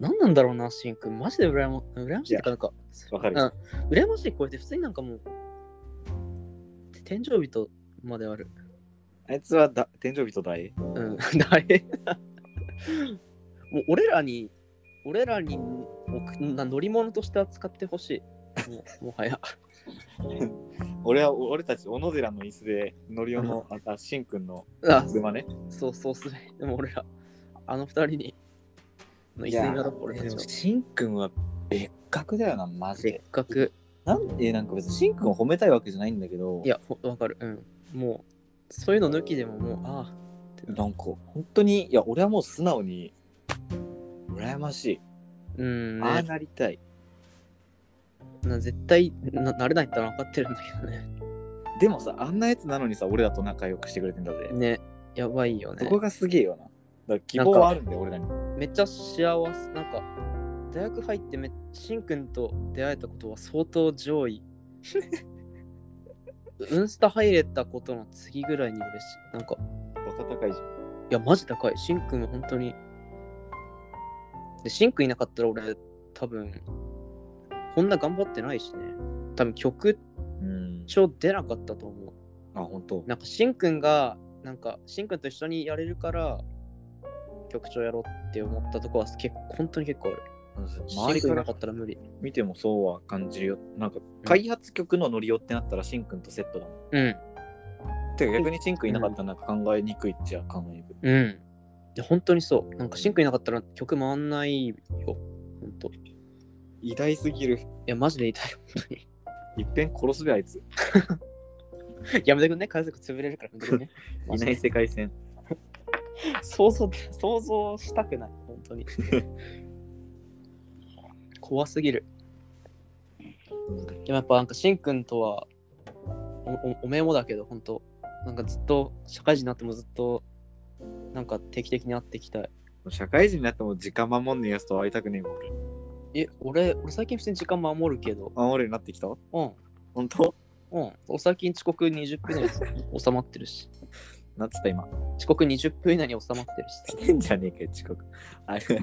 [SPEAKER 2] なんなんなんだろうな、しんくん。マジで羨ま羨ましいってか、なんか、
[SPEAKER 1] わかる
[SPEAKER 2] うん。羨ましい声って普通になんかもう、天井人まである。
[SPEAKER 1] あいつはだ天井人だい
[SPEAKER 2] うん。 誰もう俺らに、俺らにおな乗り物として扱ってほしい。もうも はや。
[SPEAKER 1] 俺は俺たち小野寺の椅子でのりおのああしんくんの
[SPEAKER 2] あ
[SPEAKER 1] 車ね
[SPEAKER 2] そうそうすべ。でも俺ら、あの二人に、の
[SPEAKER 1] い
[SPEAKER 2] 一
[SPEAKER 1] や
[SPEAKER 2] 斉になろう、俺
[SPEAKER 1] え
[SPEAKER 2] た
[SPEAKER 1] で
[SPEAKER 2] ち
[SPEAKER 1] も
[SPEAKER 2] は。
[SPEAKER 1] しんくんは別格だよなマジ
[SPEAKER 2] せ
[SPEAKER 1] で
[SPEAKER 2] っかく、
[SPEAKER 1] なんでなんか別にしんくんを褒めたいわけじゃないんだけど
[SPEAKER 2] いや、ほわかる。うん。もう、そういうの抜きでももう、あ
[SPEAKER 1] なんか本当にいや俺はもう素直に羨ましい、
[SPEAKER 2] あ、うん、
[SPEAKER 1] ああ
[SPEAKER 2] ね。
[SPEAKER 1] なりたい
[SPEAKER 2] な絶対な、なれないったら分かってるんだけどね。
[SPEAKER 1] でもさあんなやつなのにさ俺らと仲良くしてくれてんだぜ、
[SPEAKER 2] ね、やばいよ
[SPEAKER 1] そ
[SPEAKER 2] ね。
[SPEAKER 1] こがすげえよなだから希望はあるんだよ俺らに
[SPEAKER 2] めっちゃ幸せ、なんか、大学入ってめ、しんくんと出会えたことは相当上位。ウンスタ入れたことの次ぐらいに嬉しい。なんか、
[SPEAKER 1] バカ高いじゃん
[SPEAKER 2] いや、マジ高い。しんくんは本当に。で、しんくんいなかったら俺、多分、こんな頑張ってないしね。多分曲
[SPEAKER 1] うん
[SPEAKER 2] 調出なかったと思う。
[SPEAKER 1] あ本当
[SPEAKER 2] なんかしんくんが、なんかしんくんと一緒にやれるから、曲調やろうって思ったとこは結構、本当に結構ある。
[SPEAKER 1] 周り
[SPEAKER 2] 周りが
[SPEAKER 1] か
[SPEAKER 2] いな
[SPEAKER 1] ら
[SPEAKER 2] かったら無理。
[SPEAKER 1] 見てもそうは感じるよなんか開発局のノリオってなったらしんくんとセットだもん
[SPEAKER 2] うん。
[SPEAKER 1] てか逆にチンくんいなかったらなんか考えにくいっちゃ考えにくい。
[SPEAKER 2] うん。いや、本当にそう。なんかしんくんいなかったら曲回んないよ。本当。い
[SPEAKER 1] 偉大すぎる。
[SPEAKER 2] や、マジで痛い。本 当に。
[SPEAKER 1] いっぺん殺すべあいつ。
[SPEAKER 2] やめてくんね。家族潰れるから、やめて くんね。
[SPEAKER 1] いない世界線。
[SPEAKER 2] 想像で想像したくない本 当に怖すぎるでもやっぱなんかしんくんとはおおおめえもだけど本当なんかずっと社会人になってもずっとなんか定期的に会ってきたい
[SPEAKER 1] 社会人になっても時間守んねえやつと会いたくねえもん俺。
[SPEAKER 2] え、俺、俺最近普通に時間守るけど、
[SPEAKER 1] 守るようになってきた
[SPEAKER 2] うん、
[SPEAKER 1] 本当
[SPEAKER 2] うん。お最近遅刻20分以内に収まってるし、
[SPEAKER 1] なっつった今。
[SPEAKER 2] 遅刻20分以内に収まってるし
[SPEAKER 1] 来てんじゃねえかよ、遅刻。あれ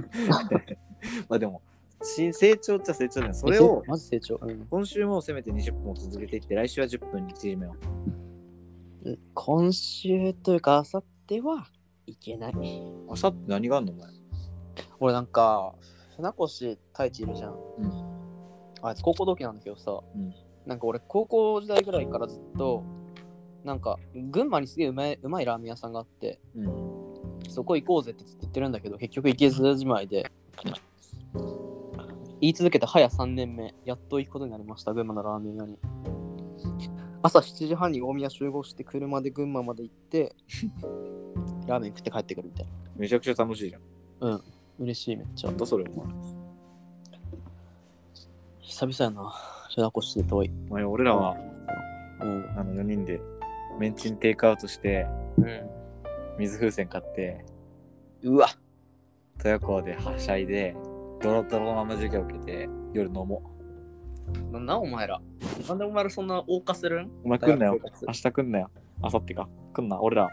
[SPEAKER 1] まあでも、新成長っちゃ成長だよ。それを
[SPEAKER 2] え、マジ成長。うん、
[SPEAKER 1] 今週もせめて20分を続けていって、来週は10分に縮めよう。
[SPEAKER 2] 今週というか、明後日はいけない。
[SPEAKER 1] 明後日何があんのお前。
[SPEAKER 2] 俺なんか船越太一いるじゃん、
[SPEAKER 1] う
[SPEAKER 2] あいつ高校同期なんだけどさ、
[SPEAKER 1] うん
[SPEAKER 2] なんか俺高校時代ぐらいからずっとなんか群馬にすげえうまいうまいラーメン屋さんがあって
[SPEAKER 1] うん。
[SPEAKER 2] そこ行こうぜってずっと言ってるんだけど結局行けずじまいで言い続けて早3年目やっと行くことになりました群馬のラーメン屋に朝7時半に大宮集合して車で群馬まで行って ラーメン食って帰ってくるみたいな
[SPEAKER 1] めちゃくちゃ楽しいじゃん。
[SPEAKER 2] 嬉しいめっちゃ
[SPEAKER 1] ほんとそれお前。
[SPEAKER 2] 久々やな船越で遠い
[SPEAKER 1] お前俺らは、
[SPEAKER 2] うん。
[SPEAKER 1] あの4人で、メンチンテイクアウトして、水風船買って、
[SPEAKER 2] うわ。
[SPEAKER 1] 豊川ではしゃいで、ドロドロのまま授業受けて、夜飲もう。
[SPEAKER 2] なんだお前ら。なんでお前らそんな謳歌するん
[SPEAKER 1] お前来んなよ
[SPEAKER 2] 大学生。活
[SPEAKER 1] 明日来んなよ。明後日か。来んな。俺ら、さ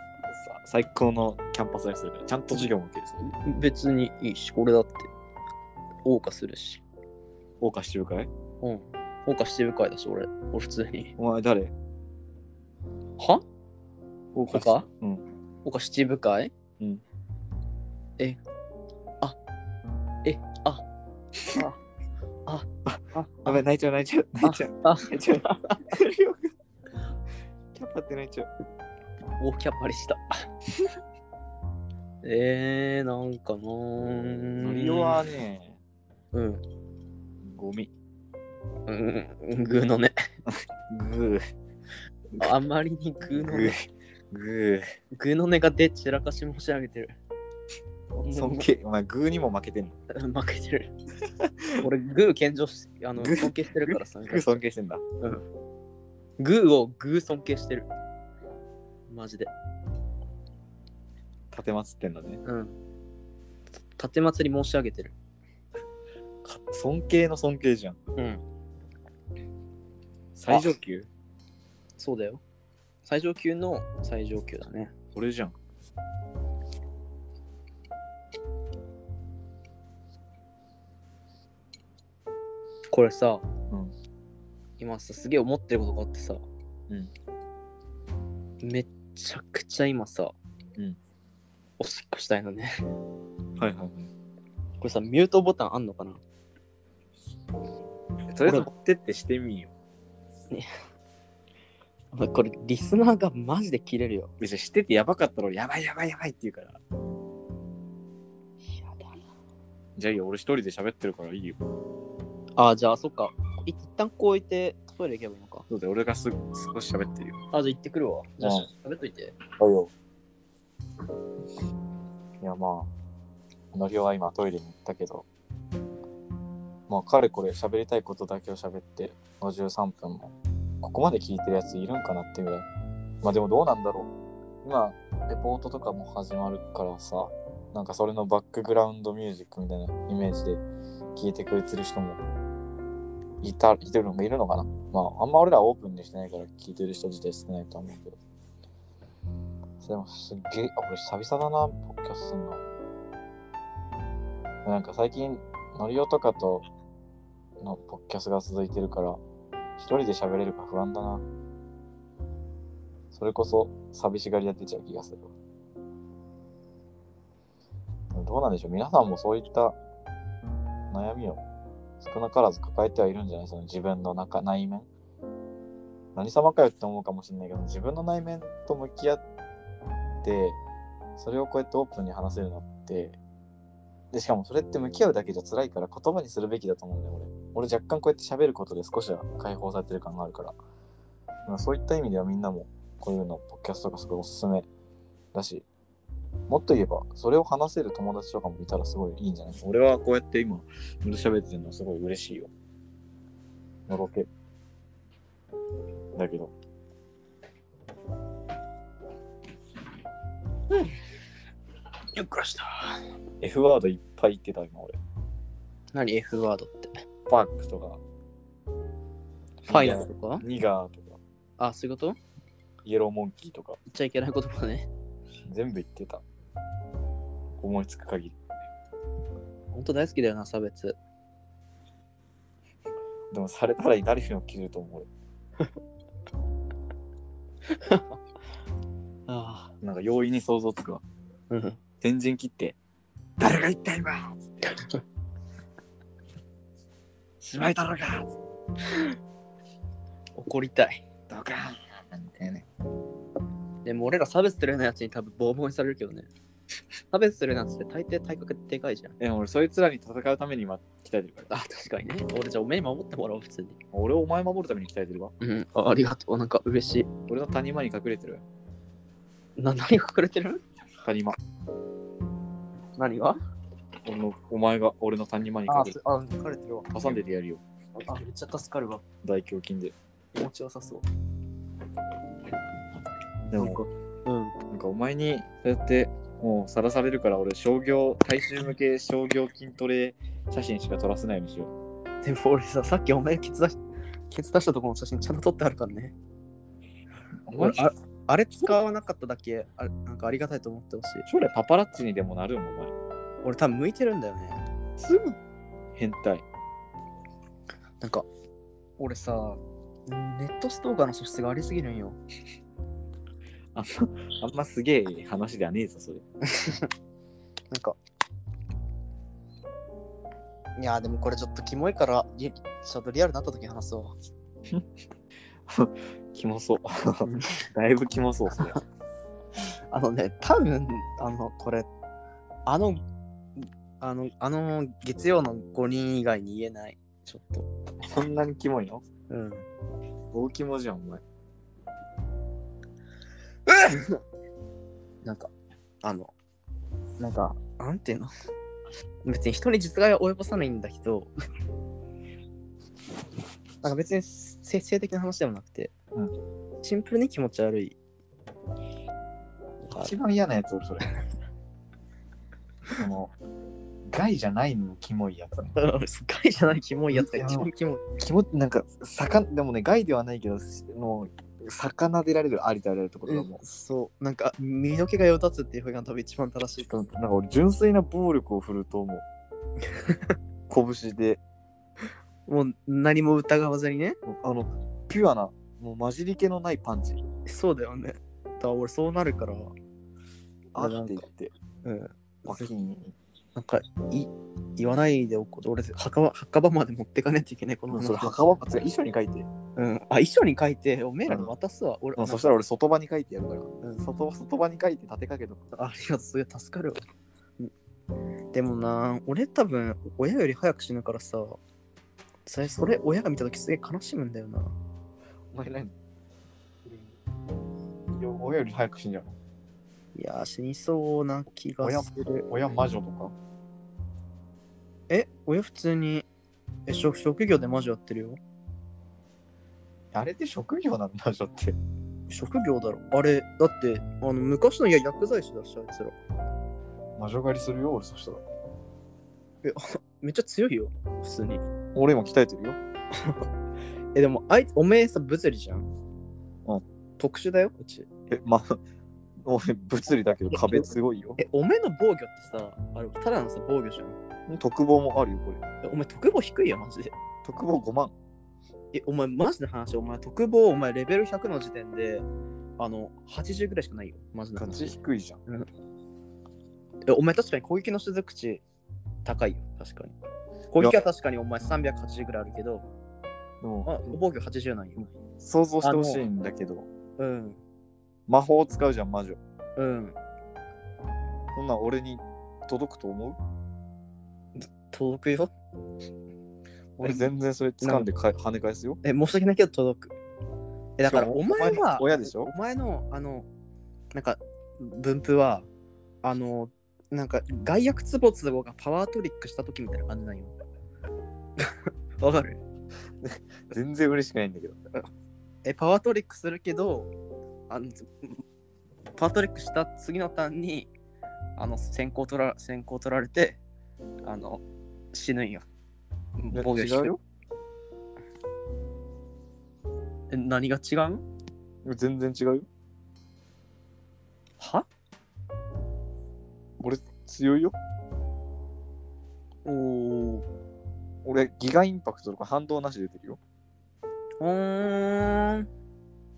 [SPEAKER 1] 最高のキャンパスライフするから、ちゃんと授業も受けるし。
[SPEAKER 2] 別にいいし、俺だって。謳歌するし。
[SPEAKER 1] 謳歌してるかい
[SPEAKER 2] うん。謳歌してるかいだし、俺。俺普通に。
[SPEAKER 1] お前誰
[SPEAKER 2] は
[SPEAKER 1] 謳
[SPEAKER 2] 歌して
[SPEAKER 1] うん。
[SPEAKER 2] 謳歌七部会
[SPEAKER 1] うん。
[SPEAKER 2] え、あ、え、あ、あ、 あ、
[SPEAKER 1] やべ、泣いちゃう、泣いちゃう、泣いちゃう。
[SPEAKER 2] あ、あ、
[SPEAKER 1] 泣いちゃう。キャパって泣いちゃう。
[SPEAKER 2] 大キャパリした。 えー、なんかなー
[SPEAKER 1] ノリオはね、
[SPEAKER 2] うん。
[SPEAKER 1] ゴミ。
[SPEAKER 2] うん、グーのね。
[SPEAKER 1] グー、
[SPEAKER 2] あまりにグ
[SPEAKER 1] グ
[SPEAKER 2] ーのね
[SPEAKER 1] ー、グ
[SPEAKER 2] グーの音が出散らかし申し上げてる。
[SPEAKER 1] ー。尊敬、お前グーにも負けてんの。
[SPEAKER 2] 負けてる。俺、グー謙譲し、あの、
[SPEAKER 1] グー
[SPEAKER 2] 尊敬してるからさ。
[SPEAKER 1] グー尊敬してんだ。
[SPEAKER 2] グーをグー尊敬してる。マジで。
[SPEAKER 1] 立てまつってんだね。
[SPEAKER 2] うん。盾祭り申し上げてる。
[SPEAKER 1] か尊敬の尊敬じゃん。
[SPEAKER 2] うん。
[SPEAKER 1] 最上級
[SPEAKER 2] そうだよ。最上級の最上級だね。
[SPEAKER 1] 俺じゃん。
[SPEAKER 2] これさ、
[SPEAKER 1] うん
[SPEAKER 2] 今さ、すげえ思ってることがあってさ、
[SPEAKER 1] うん
[SPEAKER 2] めっちゃくちゃ今さ、
[SPEAKER 1] うん
[SPEAKER 2] おしっこしたいのね。
[SPEAKER 1] はいはいはい。
[SPEAKER 2] これさ、ミュートボタンあんのかな
[SPEAKER 1] とりあえず持ってってしてみよ。
[SPEAKER 2] お前これ、リスナーがマジで切れるよ。
[SPEAKER 1] 別にしててやばかったら俺やばいやばいやばいって言うから。
[SPEAKER 2] やだ
[SPEAKER 1] じゃあいいよ、俺一人で喋ってるからいいよ。
[SPEAKER 2] ああ、じゃあ、そっか。い一旦こう置いて、トイレ行けばいいのか。
[SPEAKER 1] そうだよ、俺がす少し喋ってるよ。
[SPEAKER 2] あ、じゃあ行ってくるわ。じゃあ
[SPEAKER 1] うん、
[SPEAKER 2] 喋っといて。
[SPEAKER 1] はいよ。いやまあ、のりおは今トイレに行ったけど、まあかれこれ喋りたいことだけを喋って、53分も、ここまで聞いてるやついるんかなってぐらい。まあでもどうなんだろう。今、レポートとかも始まるからさ、なんかそれのバックグラウンドミュージックみたいなイメージで聞いてくれてる人もいた、いてるのもいるのかな。まああんま俺らオープンにしてないから聞いてる人自体少ないと思うけど。でもすっげえ、あ、俺久々だな、ポッキャスすんの。なんか最近、ノリオとかとのポッキャスが続いてるから、一人で喋れるか不安だな。それこそ寂しがりが出ちゃう気がするわ。でもどうなんでしょう皆さんもそういった悩みを少なからず抱えてはいるんじゃないその自分の中内面何様かよって思うかもしれないけど自分の内面と向き合ってってそれをこうやってオープンに話せるのってでしかもそれって向き合うだけじゃ辛いから言葉にするべきだと思うんだよ俺俺若干こうやって喋ることで少しは解放されてる感があるからまあそういった意味ではみんなもこういうのポッキャストがすごいおすすめだしもっと言えばそれを話せる友達とかもいたらすごいいいんじゃない俺はこうやって今俺喋ってるのはすごい嬉しいよのろけだけど
[SPEAKER 2] よっくらした。
[SPEAKER 1] F ワードいっぱい言ってた今俺
[SPEAKER 2] 何 F ワードって。
[SPEAKER 1] パックとか、
[SPEAKER 2] ファイヤーとか
[SPEAKER 1] ニガーとか、
[SPEAKER 2] あ、そういうこと言
[SPEAKER 1] イエローモンキーとか、
[SPEAKER 2] っちゃいけない言葉ね。
[SPEAKER 1] 全部言ってた。思いつく限り。
[SPEAKER 2] ほんと大好きだよな、差別。
[SPEAKER 1] でもされたら誰にも切ると思う。
[SPEAKER 2] ああ。
[SPEAKER 1] なんか容易に想像つくわ。
[SPEAKER 2] うん。
[SPEAKER 1] 天神切って、誰が言った今 っつって。しまいたろかっつって
[SPEAKER 2] 怒りたい。
[SPEAKER 1] どうかみたいなね。
[SPEAKER 2] でも俺ら差別するようなやつに多分ボーボーにされるけどね。差別するなんつって大抵体格でかいじゃん。
[SPEAKER 1] でも俺そいつらに戦うために今鍛えてるから。
[SPEAKER 2] あ、確かにね。俺じゃあおめえに守ってもらおう、普通に。
[SPEAKER 1] 俺お前守るために鍛えてるわ。
[SPEAKER 2] うん。あありがとう。なんか嬉し
[SPEAKER 1] 俺の谷間に隠れてる。
[SPEAKER 2] い。な、何が隠れてる
[SPEAKER 1] 谷間。
[SPEAKER 2] 何が
[SPEAKER 1] 俺のお前が俺の谷間に
[SPEAKER 2] あ
[SPEAKER 1] 隠れてる。、
[SPEAKER 2] あ、抜かれてるわ。
[SPEAKER 1] 挟んでてやるよ。
[SPEAKER 2] あ、めっちゃ助かるわ。
[SPEAKER 1] 大胸筋で。
[SPEAKER 2] 気持ちよさそう。
[SPEAKER 1] で
[SPEAKER 2] なん
[SPEAKER 1] も
[SPEAKER 2] か、うん。
[SPEAKER 1] なんかお前にそうやってもうさらされるから俺商業大衆向け商業筋トレ写真しか撮らせないようにしよう
[SPEAKER 2] でも俺さ、さっきお前ケツ出し、ケツ出したところの写真ちゃんと撮ってあるからね。
[SPEAKER 1] お前
[SPEAKER 2] 俺ああれ使わなかっただけ、あなんかありがたいと思ってほしい。
[SPEAKER 1] 将来パパラッチにでもなるもんお前
[SPEAKER 2] 俺多分向いてるんだよね。
[SPEAKER 1] すぐ変態
[SPEAKER 2] なんか、俺さ、ネットストーカーの素質がありすぎるんよ。
[SPEAKER 1] あんまあんますげえ話ではねえぞそれ
[SPEAKER 2] なんか。いやーでもこれちょっとキモいから、リちょっとリアルになった時に話そ
[SPEAKER 1] キモ そうだいぶキモそうそれ
[SPEAKER 2] う。あのね、多分あの、これ、あの、あの、あの、月曜の5人以外に言えない。ちょっと。
[SPEAKER 1] そんなにキモいの
[SPEAKER 2] うん。
[SPEAKER 1] 大キモじゃんお前
[SPEAKER 2] なんか、あの、なんか、なんていうの 別に人に実害は及ぼさないんだけど、 なんか別にせ性的な話でもなくて、
[SPEAKER 1] うん
[SPEAKER 2] シンプルに気持ち悪い。
[SPEAKER 1] 一番嫌なやつ俺それその害じゃないのにキモいやつね
[SPEAKER 2] 害じゃないキモいやつが一番キモい。
[SPEAKER 1] 気持ちなんか魚でもね害ではないけどしもう魚でられるありとあらゆるところがもう、
[SPEAKER 2] そう、なんか身の毛がよだつっていう表現が多分一番正しいと
[SPEAKER 1] その
[SPEAKER 2] 思
[SPEAKER 1] なんか俺純粋な暴力を振るうと 思う拳で
[SPEAKER 2] う。もう何も疑わずにね。
[SPEAKER 1] あのピュアなもう混じり気のないパンチ
[SPEAKER 2] そうだよね。だから俺そうなるから、
[SPEAKER 1] あ
[SPEAKER 2] あ
[SPEAKER 1] っ
[SPEAKER 2] なん
[SPEAKER 1] て
[SPEAKER 2] か
[SPEAKER 1] 言って
[SPEAKER 2] うん。
[SPEAKER 1] バキーン
[SPEAKER 2] なんかい言わないでおこうと俺墓場墓場まで持ってかないといけないこの話
[SPEAKER 1] それ墓場つが遺書に書いて
[SPEAKER 2] うん、あ遺書に書いておめえらに渡すわ、俺
[SPEAKER 1] そしたら俺外場に書いてやるから、
[SPEAKER 2] ん
[SPEAKER 1] 外外場に書いて立てかけとく
[SPEAKER 2] あありがとうそれ助かるわうんでもな俺多分親より早く死ぬからさそれそれ親が見た時すげえ悲しむんだよな
[SPEAKER 1] お前何親より早く死んじゃうの
[SPEAKER 2] いやー死にそうな気がする
[SPEAKER 1] 親魔女とか
[SPEAKER 2] え親普通にえ職職業で魔女やってるよ
[SPEAKER 1] あれって職業なんだ魔女って
[SPEAKER 2] 職業だろあれだってあの昔のいや薬剤師だしあいつら
[SPEAKER 1] 魔女狩りするよ俺そしたら
[SPEAKER 2] めっちゃ強いよ普通に
[SPEAKER 1] 俺今鍛えてるよ
[SPEAKER 2] えでもあいつおめえさ物理じゃん
[SPEAKER 1] うん
[SPEAKER 2] 特殊だようち
[SPEAKER 1] え、まあ、俺、物理だけど壁すごいよ。
[SPEAKER 2] えおめえの防御ってさあれただのさ防御じゃん
[SPEAKER 1] 特防もあるよ、これ。
[SPEAKER 2] えお前特防低いよマジで
[SPEAKER 1] 特防5万。
[SPEAKER 2] えお前マジで話お前特防お前レベル100の時点であの80ぐらいしかないよマジで
[SPEAKER 1] ガチ
[SPEAKER 2] 話
[SPEAKER 1] 低いじゃん。
[SPEAKER 2] えお前確かに攻撃の種族値高いよ確かに攻撃は確かにお前380ぐらいあるけど、
[SPEAKER 1] で
[SPEAKER 2] ま
[SPEAKER 1] も、
[SPEAKER 2] あ、防御80なんよ
[SPEAKER 1] 想像してほしいんだけど、
[SPEAKER 2] うん
[SPEAKER 1] 魔法を使うじゃん、魔女。
[SPEAKER 2] うん
[SPEAKER 1] そんなん俺に届くと思う
[SPEAKER 2] 届くよ
[SPEAKER 1] 俺全然それ掴んでか跳ね返すよ。
[SPEAKER 2] え申し訳ないけど届くえだから
[SPEAKER 1] しかも
[SPEAKER 2] お前
[SPEAKER 1] お前
[SPEAKER 2] は
[SPEAKER 1] の親でしょ
[SPEAKER 2] お前のあのなんか分布はあのなんか外役ツボツボがパワートリックした時みたいな感じなんよ わかる
[SPEAKER 1] 全然嬉しくないんだけど。
[SPEAKER 2] えパワートリックするけどあのパワートリックした次のターンにあの先行取ら先行取られてあの死ぬんよ
[SPEAKER 1] いや
[SPEAKER 2] 防御
[SPEAKER 1] 違
[SPEAKER 2] して
[SPEAKER 1] うよ。
[SPEAKER 2] え何が違うん
[SPEAKER 1] 全然違うよ。
[SPEAKER 2] は
[SPEAKER 1] 俺、強いよ。
[SPEAKER 2] おー
[SPEAKER 1] 俺、ギガインパクトとか反動なしで出てるよ。
[SPEAKER 2] うーん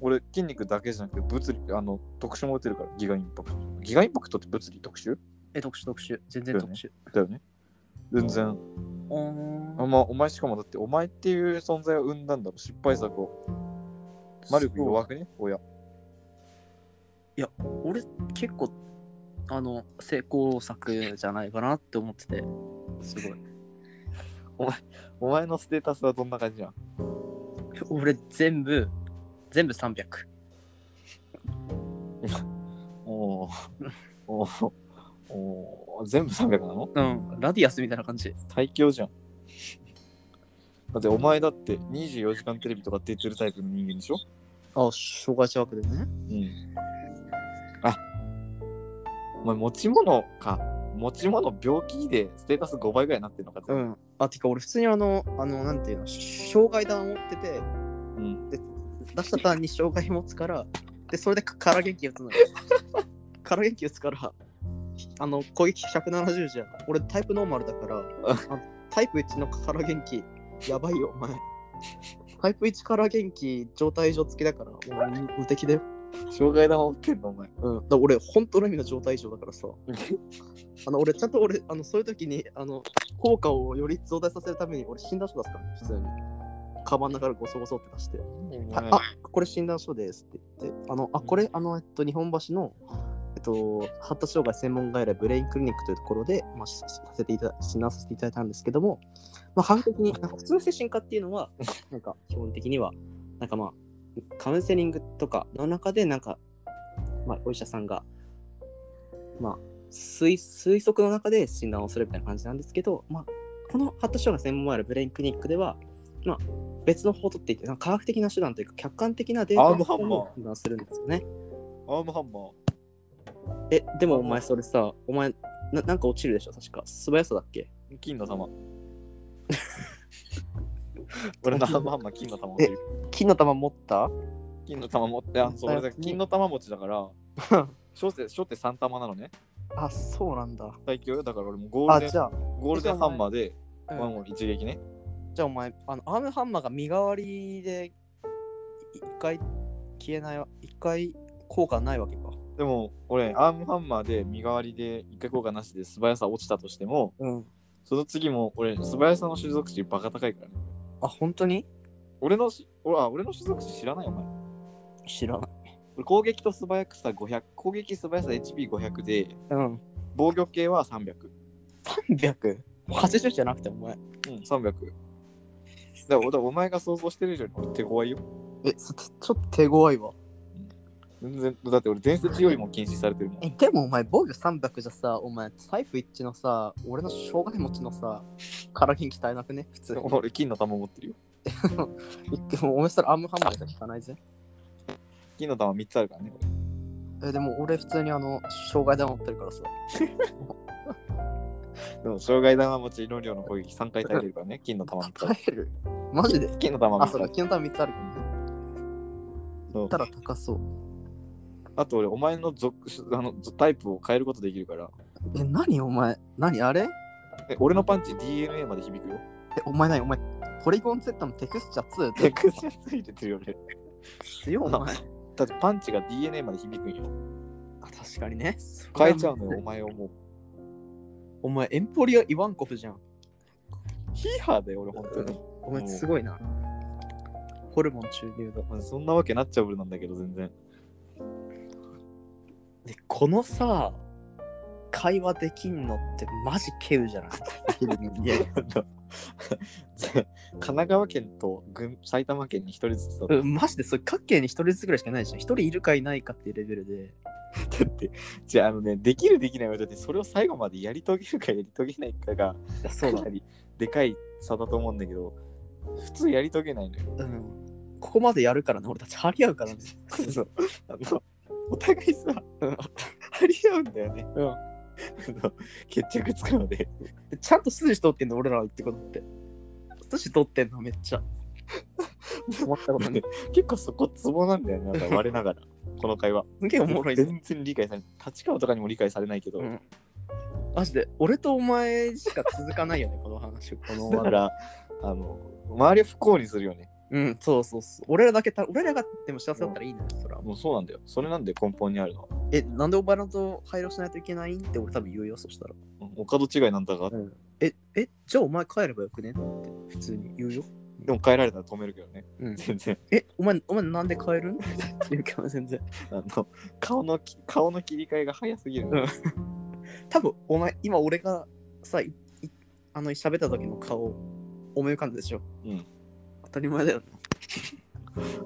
[SPEAKER 1] 俺、筋肉だけじゃなくて、物理、あの、特殊も打てるから、ギガインパクト。ギガインパクトって物理特殊
[SPEAKER 2] え特殊特殊全然特殊、
[SPEAKER 1] だよね。全然。
[SPEAKER 2] おー
[SPEAKER 1] あまあ、お前しかもだって、お前っていう存在を生んだんだろ、失敗作を。魔力
[SPEAKER 2] そう
[SPEAKER 1] 弱くね親。
[SPEAKER 2] 俺結構あの成功作じゃないかなって思ってて すごい
[SPEAKER 1] お前のステータスはどんな感じじゃん
[SPEAKER 2] 俺全部全部300
[SPEAKER 1] おーおーおー全部300なの
[SPEAKER 2] うんラディアスみたいな感じ
[SPEAKER 1] 最強じゃん。だってお前だって24時間テレビとか出てるタイプの人間でしょ
[SPEAKER 2] あ障害者枠でね
[SPEAKER 1] うん。あお前持ち物か。持ち物病気でステータス5倍ぐらいになってるのか。
[SPEAKER 2] うんあてか俺普通にあのあのなんていうの障害弾持ってて
[SPEAKER 1] うん。
[SPEAKER 2] 出した単に障害持つから、で、それでか空元気打つのよ。空元気打つから、あの、攻撃170じゃん。俺タイプノーマルだから、あタイプ1の空元気、やばいよ、お前。タイプ1空元気、状態異常付きだから、俺無無敵だよ。
[SPEAKER 1] 障害玉持ってんのお前。
[SPEAKER 2] うん。だから俺、本当の意味の状態異常だからさ。あの、俺、ちゃんと俺、あの、そういう時に、あの、効果をより増大させるために、俺、診断書出すから、ね、普通に。カバンの中からごそごそって出して。はい、あこれ診断書ですって言って、あの、あこれ、あの、えっと、日本橋の、えっと、発達障害専門外来ブレインクリニックというところで、まあ、しさせていた診断させていただいたんですけども、まあ、反的に、なんか普通の精神科っていうのは、なんか、基本的には、なんかまあ、カウンセリングとかの中で、なんか、まあ、お医者さんが、まあ、推推測の中で診断をするみたいな感じなんですけど、まあ、この発達障害専門外来ブレインクリニックでは、まあ、別の方とっていて、なんか科学的な手段というか、客観的なデータ
[SPEAKER 1] アームハンマー
[SPEAKER 2] を診断するんですよね。
[SPEAKER 1] アームハンマー。
[SPEAKER 2] え、でもお前それさ、お前な、なんか落ちるでしょ、確か。素早さだっけ
[SPEAKER 1] 金の玉。俺のアームハンマー金の玉持ってる。
[SPEAKER 2] 金の玉持った
[SPEAKER 1] 金の玉持って、あ、そう、俺だけ金の玉持ちだ から、初手、初手3玉なのね。
[SPEAKER 2] あ、そうなんだ。
[SPEAKER 1] 最強よ。だから俺もゴー
[SPEAKER 2] あ、
[SPEAKER 1] ルデン
[SPEAKER 2] じ、ゃ
[SPEAKER 1] ゴールデンハンマーで、
[SPEAKER 2] あ、
[SPEAKER 1] ワ
[SPEAKER 2] う
[SPEAKER 1] ン
[SPEAKER 2] ん
[SPEAKER 1] ワン一撃ね。
[SPEAKER 2] じゃあお前、あの、アームハンマーが身代わりで、い一回消えないわ、一回効果ないわけか。
[SPEAKER 1] でも、俺、アームハンマーで身代わりで一回効果なしで素早さ落ちたとしても、
[SPEAKER 2] うん。
[SPEAKER 1] その次も俺、素早さの種族値バカ高いからね。
[SPEAKER 2] あ、本当に
[SPEAKER 1] 俺のし、俺あ俺の種族値知らないお前。
[SPEAKER 2] 知らない。
[SPEAKER 1] 俺攻撃と素早くさ500、攻撃素早さ HP500 で、
[SPEAKER 2] うん。
[SPEAKER 1] 防御系は300。
[SPEAKER 2] 300? 80じゃなくて、お前。
[SPEAKER 1] うん、300。だからだからお前が想像してる以上に俺手強いよ。
[SPEAKER 2] え、そちょっと手強いわ。
[SPEAKER 1] 全然、だって俺伝説よりも禁止されてるもん。
[SPEAKER 2] え、でもお前、防御300じゃさ、お前、タイプ1のさ、俺の障害持ちのさ、から元気耐えなくね普通
[SPEAKER 1] で
[SPEAKER 2] に
[SPEAKER 1] も。 俺、金の玉持ってるよ。
[SPEAKER 2] でもお前それアームハンマーしか効かないぜ。
[SPEAKER 1] 金の玉3つあるからね。これ
[SPEAKER 2] え、でも俺普通にあの、障害弾持ってるからさ。
[SPEAKER 1] でも、障害玉持ちの量の攻撃3回耐えてるからね。金の玉3つある。
[SPEAKER 2] えるマジで
[SPEAKER 1] 金の玉
[SPEAKER 2] あ、
[SPEAKER 1] 3つあ
[SPEAKER 2] そう
[SPEAKER 1] る
[SPEAKER 2] だ、。金の玉3つあるけどね。
[SPEAKER 1] そう
[SPEAKER 2] 言ったら高そう。
[SPEAKER 1] あと俺、お前の属あのタイプを変えることできるから。
[SPEAKER 2] え、何お前何あれえ、
[SPEAKER 1] え俺のパンチ DNA まで響くよ。
[SPEAKER 2] お前何お前、ポリゴン Z のテクスチャ 2?
[SPEAKER 1] テクスチャついてるよね。
[SPEAKER 2] 強いお前。あ、
[SPEAKER 1] だってパンチが DNA まで響くんよ。
[SPEAKER 2] 確かにね。
[SPEAKER 1] 変えちゃうのよ、お。前をもう。
[SPEAKER 2] お前、エンポリア・イワンコフじゃん。
[SPEAKER 1] ヒーハーだよ、俺、本当に。
[SPEAKER 2] お前すごいな。ホルモン注入だ。
[SPEAKER 1] まあそんなわけなっちゃうなんだけど、全然。
[SPEAKER 2] で、このさ、会話できんのってマジケウじゃない
[SPEAKER 1] いやいや、あの 神奈川県と群埼玉県に一人ずつだ
[SPEAKER 2] うん、マジでそれ各県に一人ずつぐらいしかないでしょ一人いるかいないかっていうレベルで
[SPEAKER 1] だって、 じゃあ、あのね、できるできないはだって、それを最後までやり遂げるかやり遂げないかが、
[SPEAKER 2] そ
[SPEAKER 1] かなりでかい差だと思うんだけど、普通やり遂げないのよ。
[SPEAKER 2] うんここまでやるからね俺たち張り合うからね
[SPEAKER 1] そうあのお互いさ、張り合うんだよね。
[SPEAKER 2] うん
[SPEAKER 1] あの決着つくまで。
[SPEAKER 2] でちゃんと筋通ってんの俺らは言ってことって年取ってんのめっちゃ。思ったことね。
[SPEAKER 1] 結構そこツボなんだよね、なんか我ながら、この会話。
[SPEAKER 2] すげえおもろいね。
[SPEAKER 1] 全然理解されない。立川とかにも理解されないけど、
[SPEAKER 2] うんマジで、俺とお前しか続かないよね、この話。この
[SPEAKER 1] だから、あの、周りを不幸にするよね。
[SPEAKER 2] うん、そうそうそう。俺らだけた、俺らがでも幸せだったらいいんだよ、そら。
[SPEAKER 1] もうそうなんだよ。それなんで根本にあるのは。
[SPEAKER 2] え、なんでお前らと配慮しないといけないんって俺多分言うよ、そしたら。
[SPEAKER 1] うんお門違いなんだが、
[SPEAKER 2] え、え、じゃあお前帰ればよくねって普通に言うよ。
[SPEAKER 1] でも変えられたら止めるけどね。
[SPEAKER 2] うん、
[SPEAKER 1] 全然。
[SPEAKER 2] え、お前、お前なんで帰るんって言うけど全然。
[SPEAKER 1] あの、顔のき、顔の切り替えが早すぎるの。
[SPEAKER 2] 多分お前、今俺がさ、いいあの、喋った時の顔、思い浮かんだでしょ。
[SPEAKER 1] うん。
[SPEAKER 2] 当たり前だよね。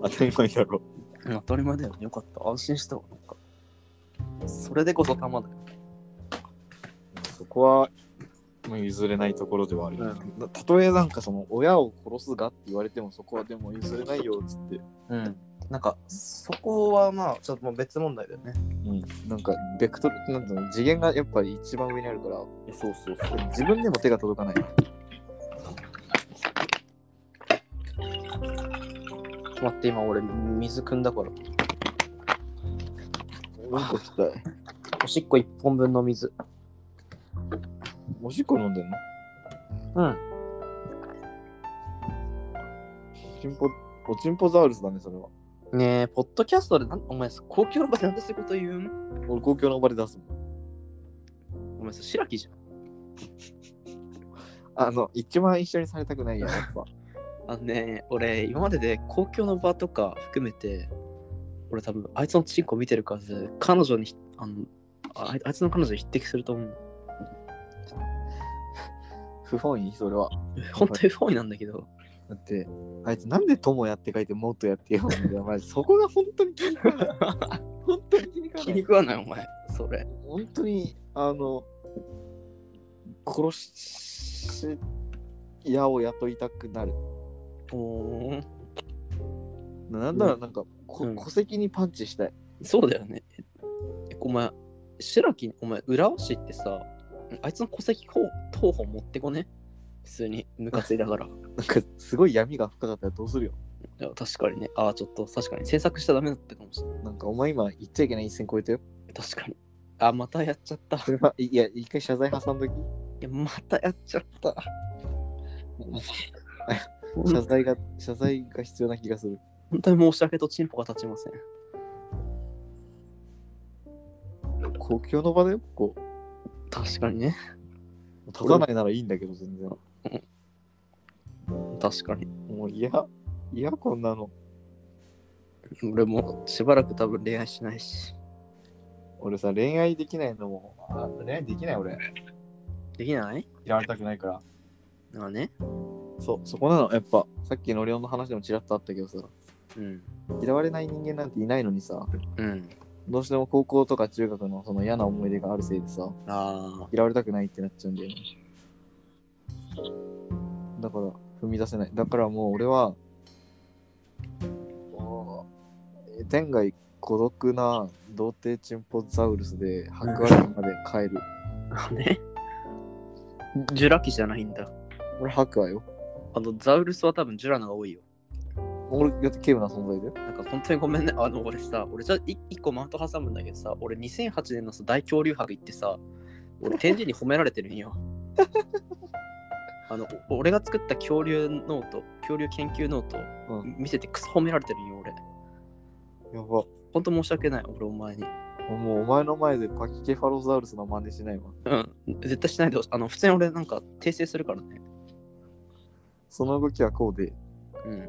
[SPEAKER 1] 当たり前だろ。
[SPEAKER 2] うん当たり前だよね。よかった。安心したわ。なんかそれでこそ玉だよ。
[SPEAKER 1] そこは、もう譲れないところではあるよね、だたとえなんかその、親を殺すがって言われても、そこはでも譲れないよ、つって。
[SPEAKER 2] うん。なんか、そこはまあ、ちょっともう別問題だよね。
[SPEAKER 1] うん。なんか、ベクトル、なんだろう、次元がやっぱり一番上にあるから、
[SPEAKER 2] そうそうそう。
[SPEAKER 1] 自分でも手が届か ない。
[SPEAKER 2] 待って、今俺、水汲んだから。
[SPEAKER 1] うんこしたい。
[SPEAKER 2] おしっこ1本分の水。
[SPEAKER 1] おしっこ飲んでんの
[SPEAKER 2] うん。
[SPEAKER 1] おちんぽ、おちんぽザウルスだね、それは。
[SPEAKER 2] ねえ、ポッドキャストでなん、お前さ、公共の場でなんでそういうこと言うん
[SPEAKER 1] 俺、公共の場で出すもん。
[SPEAKER 2] お前さ、白木じゃん。
[SPEAKER 1] あの、一番一緒にされたくないや、やっぱ。
[SPEAKER 2] あのね、俺、今までで公共の場とか含めて、俺多分、あいつのチンコ見てる数、彼女にひ、あの、ああいつの彼女に匹敵すると思う。
[SPEAKER 1] 不本意それは。
[SPEAKER 2] 本当に不本意なんだけど、
[SPEAKER 1] だって、あいつなんで友やって書いてもっとやってよみたい な、マジそこが本当に気に食わない。 本当に気に食わ
[SPEAKER 2] 気
[SPEAKER 1] な
[SPEAKER 2] に
[SPEAKER 1] い。
[SPEAKER 2] 食わない、お前。それ。
[SPEAKER 1] 本当に、あの、殺し屋を雇いたくなる。
[SPEAKER 2] おー
[SPEAKER 1] なんならなんか、こ
[SPEAKER 2] うん
[SPEAKER 1] 戸籍にパンチしたい。
[SPEAKER 2] そうだよね。えお前、白木、お前、浦和市ってさ、あいつの戸籍候候補持ってこね普通に、ムカついだから。
[SPEAKER 1] なんか、すごい闇が深かったらどうするよ。
[SPEAKER 2] いや確かにね。ああ、ちょっと確かに制作しちゃダメだったかもしれない。
[SPEAKER 1] なんか、お前今言っちゃいけない一線超えたよ。
[SPEAKER 2] 確かに。あ、またやっちゃった。い
[SPEAKER 1] それは、いいや、一回謝罪挟んどき。
[SPEAKER 2] や、またやっちゃった。
[SPEAKER 1] 謝罪が、謝罪が必要な気がする。
[SPEAKER 2] 本当に申し訳とチンポが立ちません。
[SPEAKER 1] 公共の場だよ、ここ。
[SPEAKER 2] 確かにね。
[SPEAKER 1] 立たないならいいんだけど、全然。
[SPEAKER 2] 確かに。
[SPEAKER 1] もう嫌、嫌こんなの。
[SPEAKER 2] 俺もしばらく多分恋愛しないし。
[SPEAKER 1] 俺さ、恋愛できないのも、あ恋愛できない俺。
[SPEAKER 2] できない
[SPEAKER 1] 嫌われたくないから。
[SPEAKER 2] まあね。
[SPEAKER 1] そう、そこなの。やっぱ、さっきのレオンの話でもちらっとあったけどさ、
[SPEAKER 2] うん。
[SPEAKER 1] 嫌われない人間なんていないのにさ、
[SPEAKER 2] うん。
[SPEAKER 1] どうしても高校とか中学のその嫌な思い出があるせいでさ、
[SPEAKER 2] あ
[SPEAKER 1] 嫌われたくないってなっちゃうんだよね。だから、踏み出せない。だからもう俺は、もう天外孤独な童貞チンポザウルスで白亜紀まで帰る。
[SPEAKER 2] あ。ね。ジュラ紀じゃないんだ。
[SPEAKER 1] 俺白亜よ。
[SPEAKER 2] あの、ザウルスは多分ジュラのが多いよ。
[SPEAKER 1] 俺だって軽無な存在だよ。
[SPEAKER 2] なんか本当にごめんね。あの、俺さ、俺じゃい一個マウント挟むんだけどさ、俺2008年のさ大恐竜博行ってさ、俺天神に褒められてるんよ。あの、お俺が作った恐竜ノート、恐竜研究ノート、
[SPEAKER 1] う
[SPEAKER 2] 見せてクソ褒められてるんよ、俺。
[SPEAKER 1] やば。
[SPEAKER 2] 本当申し訳ない、俺お前に。
[SPEAKER 1] もうお前の前でパキケファロザウルスの真似しないわ。
[SPEAKER 2] うん、絶対しないでほしい。あの、普通に俺なんか訂正するからね。
[SPEAKER 1] その動きはこうで、
[SPEAKER 2] うん。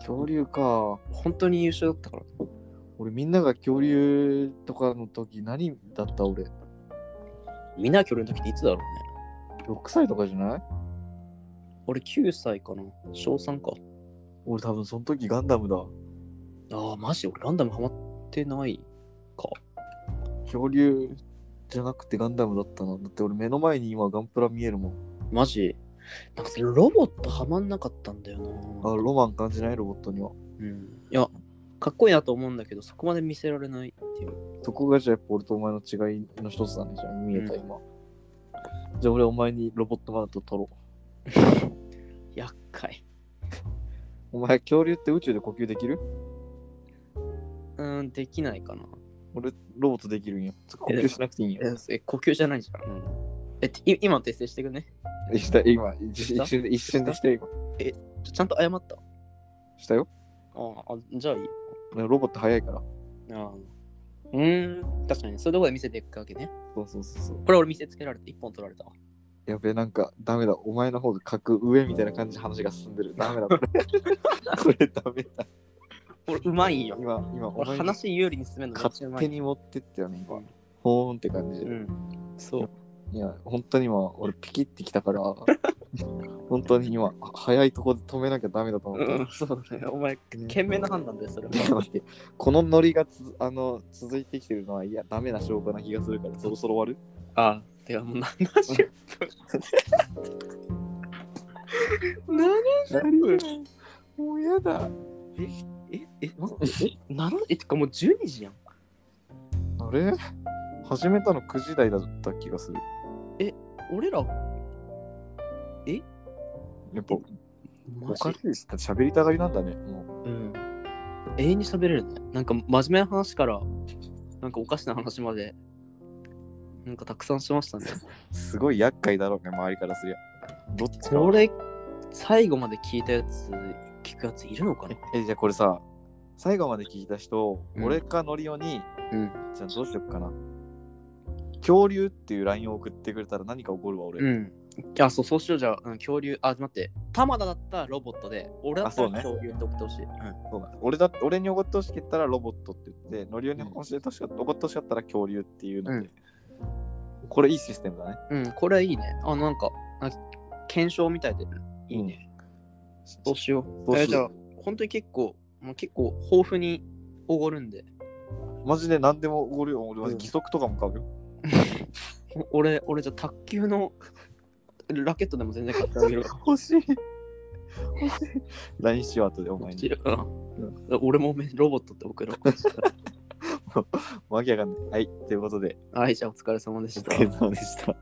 [SPEAKER 1] 恐竜か。
[SPEAKER 2] 本当に優秀だったから。
[SPEAKER 1] 俺みんなが恐竜とかの時何だった俺。6
[SPEAKER 2] みんな恐竜の時っていつだろうね。
[SPEAKER 1] 歳とかじゃない
[SPEAKER 2] 俺9歳かな。小3か。
[SPEAKER 1] 俺多分その時ガンダムだ。
[SPEAKER 2] ああ、マジ俺ガンダムハマってないか。
[SPEAKER 1] 恐竜じゃなくてガンダムだったな。だって俺目の前に今ガンプラ見えるもん。
[SPEAKER 2] マジなんかそれロボットはまんなかったんだよ
[SPEAKER 1] あ、
[SPEAKER 2] な。
[SPEAKER 1] ロマン感じないロボットには。
[SPEAKER 2] うん、いや、かっこいいなと思うんだけど、そこまで見せられないっていう。
[SPEAKER 1] そこがじゃあやっぱ俺とお前の違いの一つだね。じゃあ見えた
[SPEAKER 2] うん
[SPEAKER 1] 今。じゃあ俺お前にロボットマウント取ろう。
[SPEAKER 2] 厄介。
[SPEAKER 1] お前、恐竜って宇宙で呼吸できる
[SPEAKER 2] うーん、できないかな。
[SPEAKER 1] 俺、ロボットできるんよ。呼吸しなくていいんよ。
[SPEAKER 2] え、呼吸じゃないじゃん。うん、え、てい今訂正してくね。
[SPEAKER 1] した今、一一瞬で、一瞬でして、今。
[SPEAKER 2] ちょちゃんと謝った。
[SPEAKER 1] したよ。
[SPEAKER 2] ああ、じゃあいい。
[SPEAKER 1] ロボット早いから。
[SPEAKER 2] ああうーん、確かにね。そういうとこで見せていくわけね。
[SPEAKER 1] そうそうそうそう。
[SPEAKER 2] これ俺見せつけられて、一本取られたわ。
[SPEAKER 1] やべえ、なんか、ダメだ。お前の方が格上みたいな感じで話が進んでる。ダメだ、 これ。これダメだ。
[SPEAKER 2] 俺、うまいんよ。
[SPEAKER 1] 今、今、お
[SPEAKER 2] 俺、
[SPEAKER 1] 前に
[SPEAKER 2] 話有利に進めるのめっちゃう
[SPEAKER 1] 勝
[SPEAKER 2] まい
[SPEAKER 1] 手。に持ってったよね、今。ほーんって感じで。
[SPEAKER 2] うん。そう。
[SPEAKER 1] いや、本当に今、俺ピキってきたから、 本当に今、は早いとこで止めなきゃダメだと思った。
[SPEAKER 2] うん、そうだね。お前、賢明な判断で、それは。
[SPEAKER 1] でもねこのノリがつあの続いてきてるのは、いや、ダメな証拠な気がするから、そろそろ終わる
[SPEAKER 2] ああ、てかもう70分。
[SPEAKER 1] もうやだ。
[SPEAKER 2] え、え、待って、え、なら、え、てかもう12時やん。
[SPEAKER 1] あれ始めたの9時台だった気がする。
[SPEAKER 2] 俺ら、
[SPEAKER 1] やっぱ、お
[SPEAKER 2] マ
[SPEAKER 1] か
[SPEAKER 2] ジ
[SPEAKER 1] しいし、喋りたがりなんだね。も
[SPEAKER 2] うん。永遠に喋れるね。なんか真面目な話から、なんかおかしな話まで、なんかたくさんしましたね。
[SPEAKER 1] う、すごい厄介だろうね、周りからすりゃ。どっちか
[SPEAKER 2] これ、最後まで聞いたやつ、聞くやついるのかな
[SPEAKER 1] え、じゃあこれさ、最後まで聞いた人、
[SPEAKER 2] うん
[SPEAKER 1] 俺かノリオに、
[SPEAKER 2] うん。
[SPEAKER 1] じゃあどうしよっかな。恐竜っていうラインを送ってくれたら何か起こるわ、俺。
[SPEAKER 2] うん。あ、そう、そうしよう。じゃあ、うん恐竜、あ、待って、玉田だったらロボットで、俺だったら
[SPEAKER 1] あそう
[SPEAKER 2] 恐竜って送ってほしい。
[SPEAKER 1] そうだ俺だ俺に怒ってほしかったらロボットって言って、ノリオに教えてほしかった、怒ってほしかったら恐竜っていうので、これいいシステムだね。
[SPEAKER 2] うん、うん、これいいね。あ、なんか、あ検証みたいで、いいね。そうしよ
[SPEAKER 1] そ
[SPEAKER 2] う。
[SPEAKER 1] うしよう
[SPEAKER 2] えじゃあ、本当に結構、もう結構、豊富におごるんで、
[SPEAKER 1] マジで何でも怒るよ。俺は
[SPEAKER 2] うん
[SPEAKER 1] 義足とかも買うよ。
[SPEAKER 2] お俺、俺じゃあ卓球の ラケットでも全然買ってあげるわ。
[SPEAKER 1] 欲しい。欲しい。LINE しよう、 後でお前に。
[SPEAKER 2] うん俺もおめロボットっ て送ろう。
[SPEAKER 1] わけわかんない。はい、ということで、
[SPEAKER 2] はい、じゃあお疲れ様で
[SPEAKER 1] お
[SPEAKER 2] した
[SPEAKER 1] 疲。れ様でした。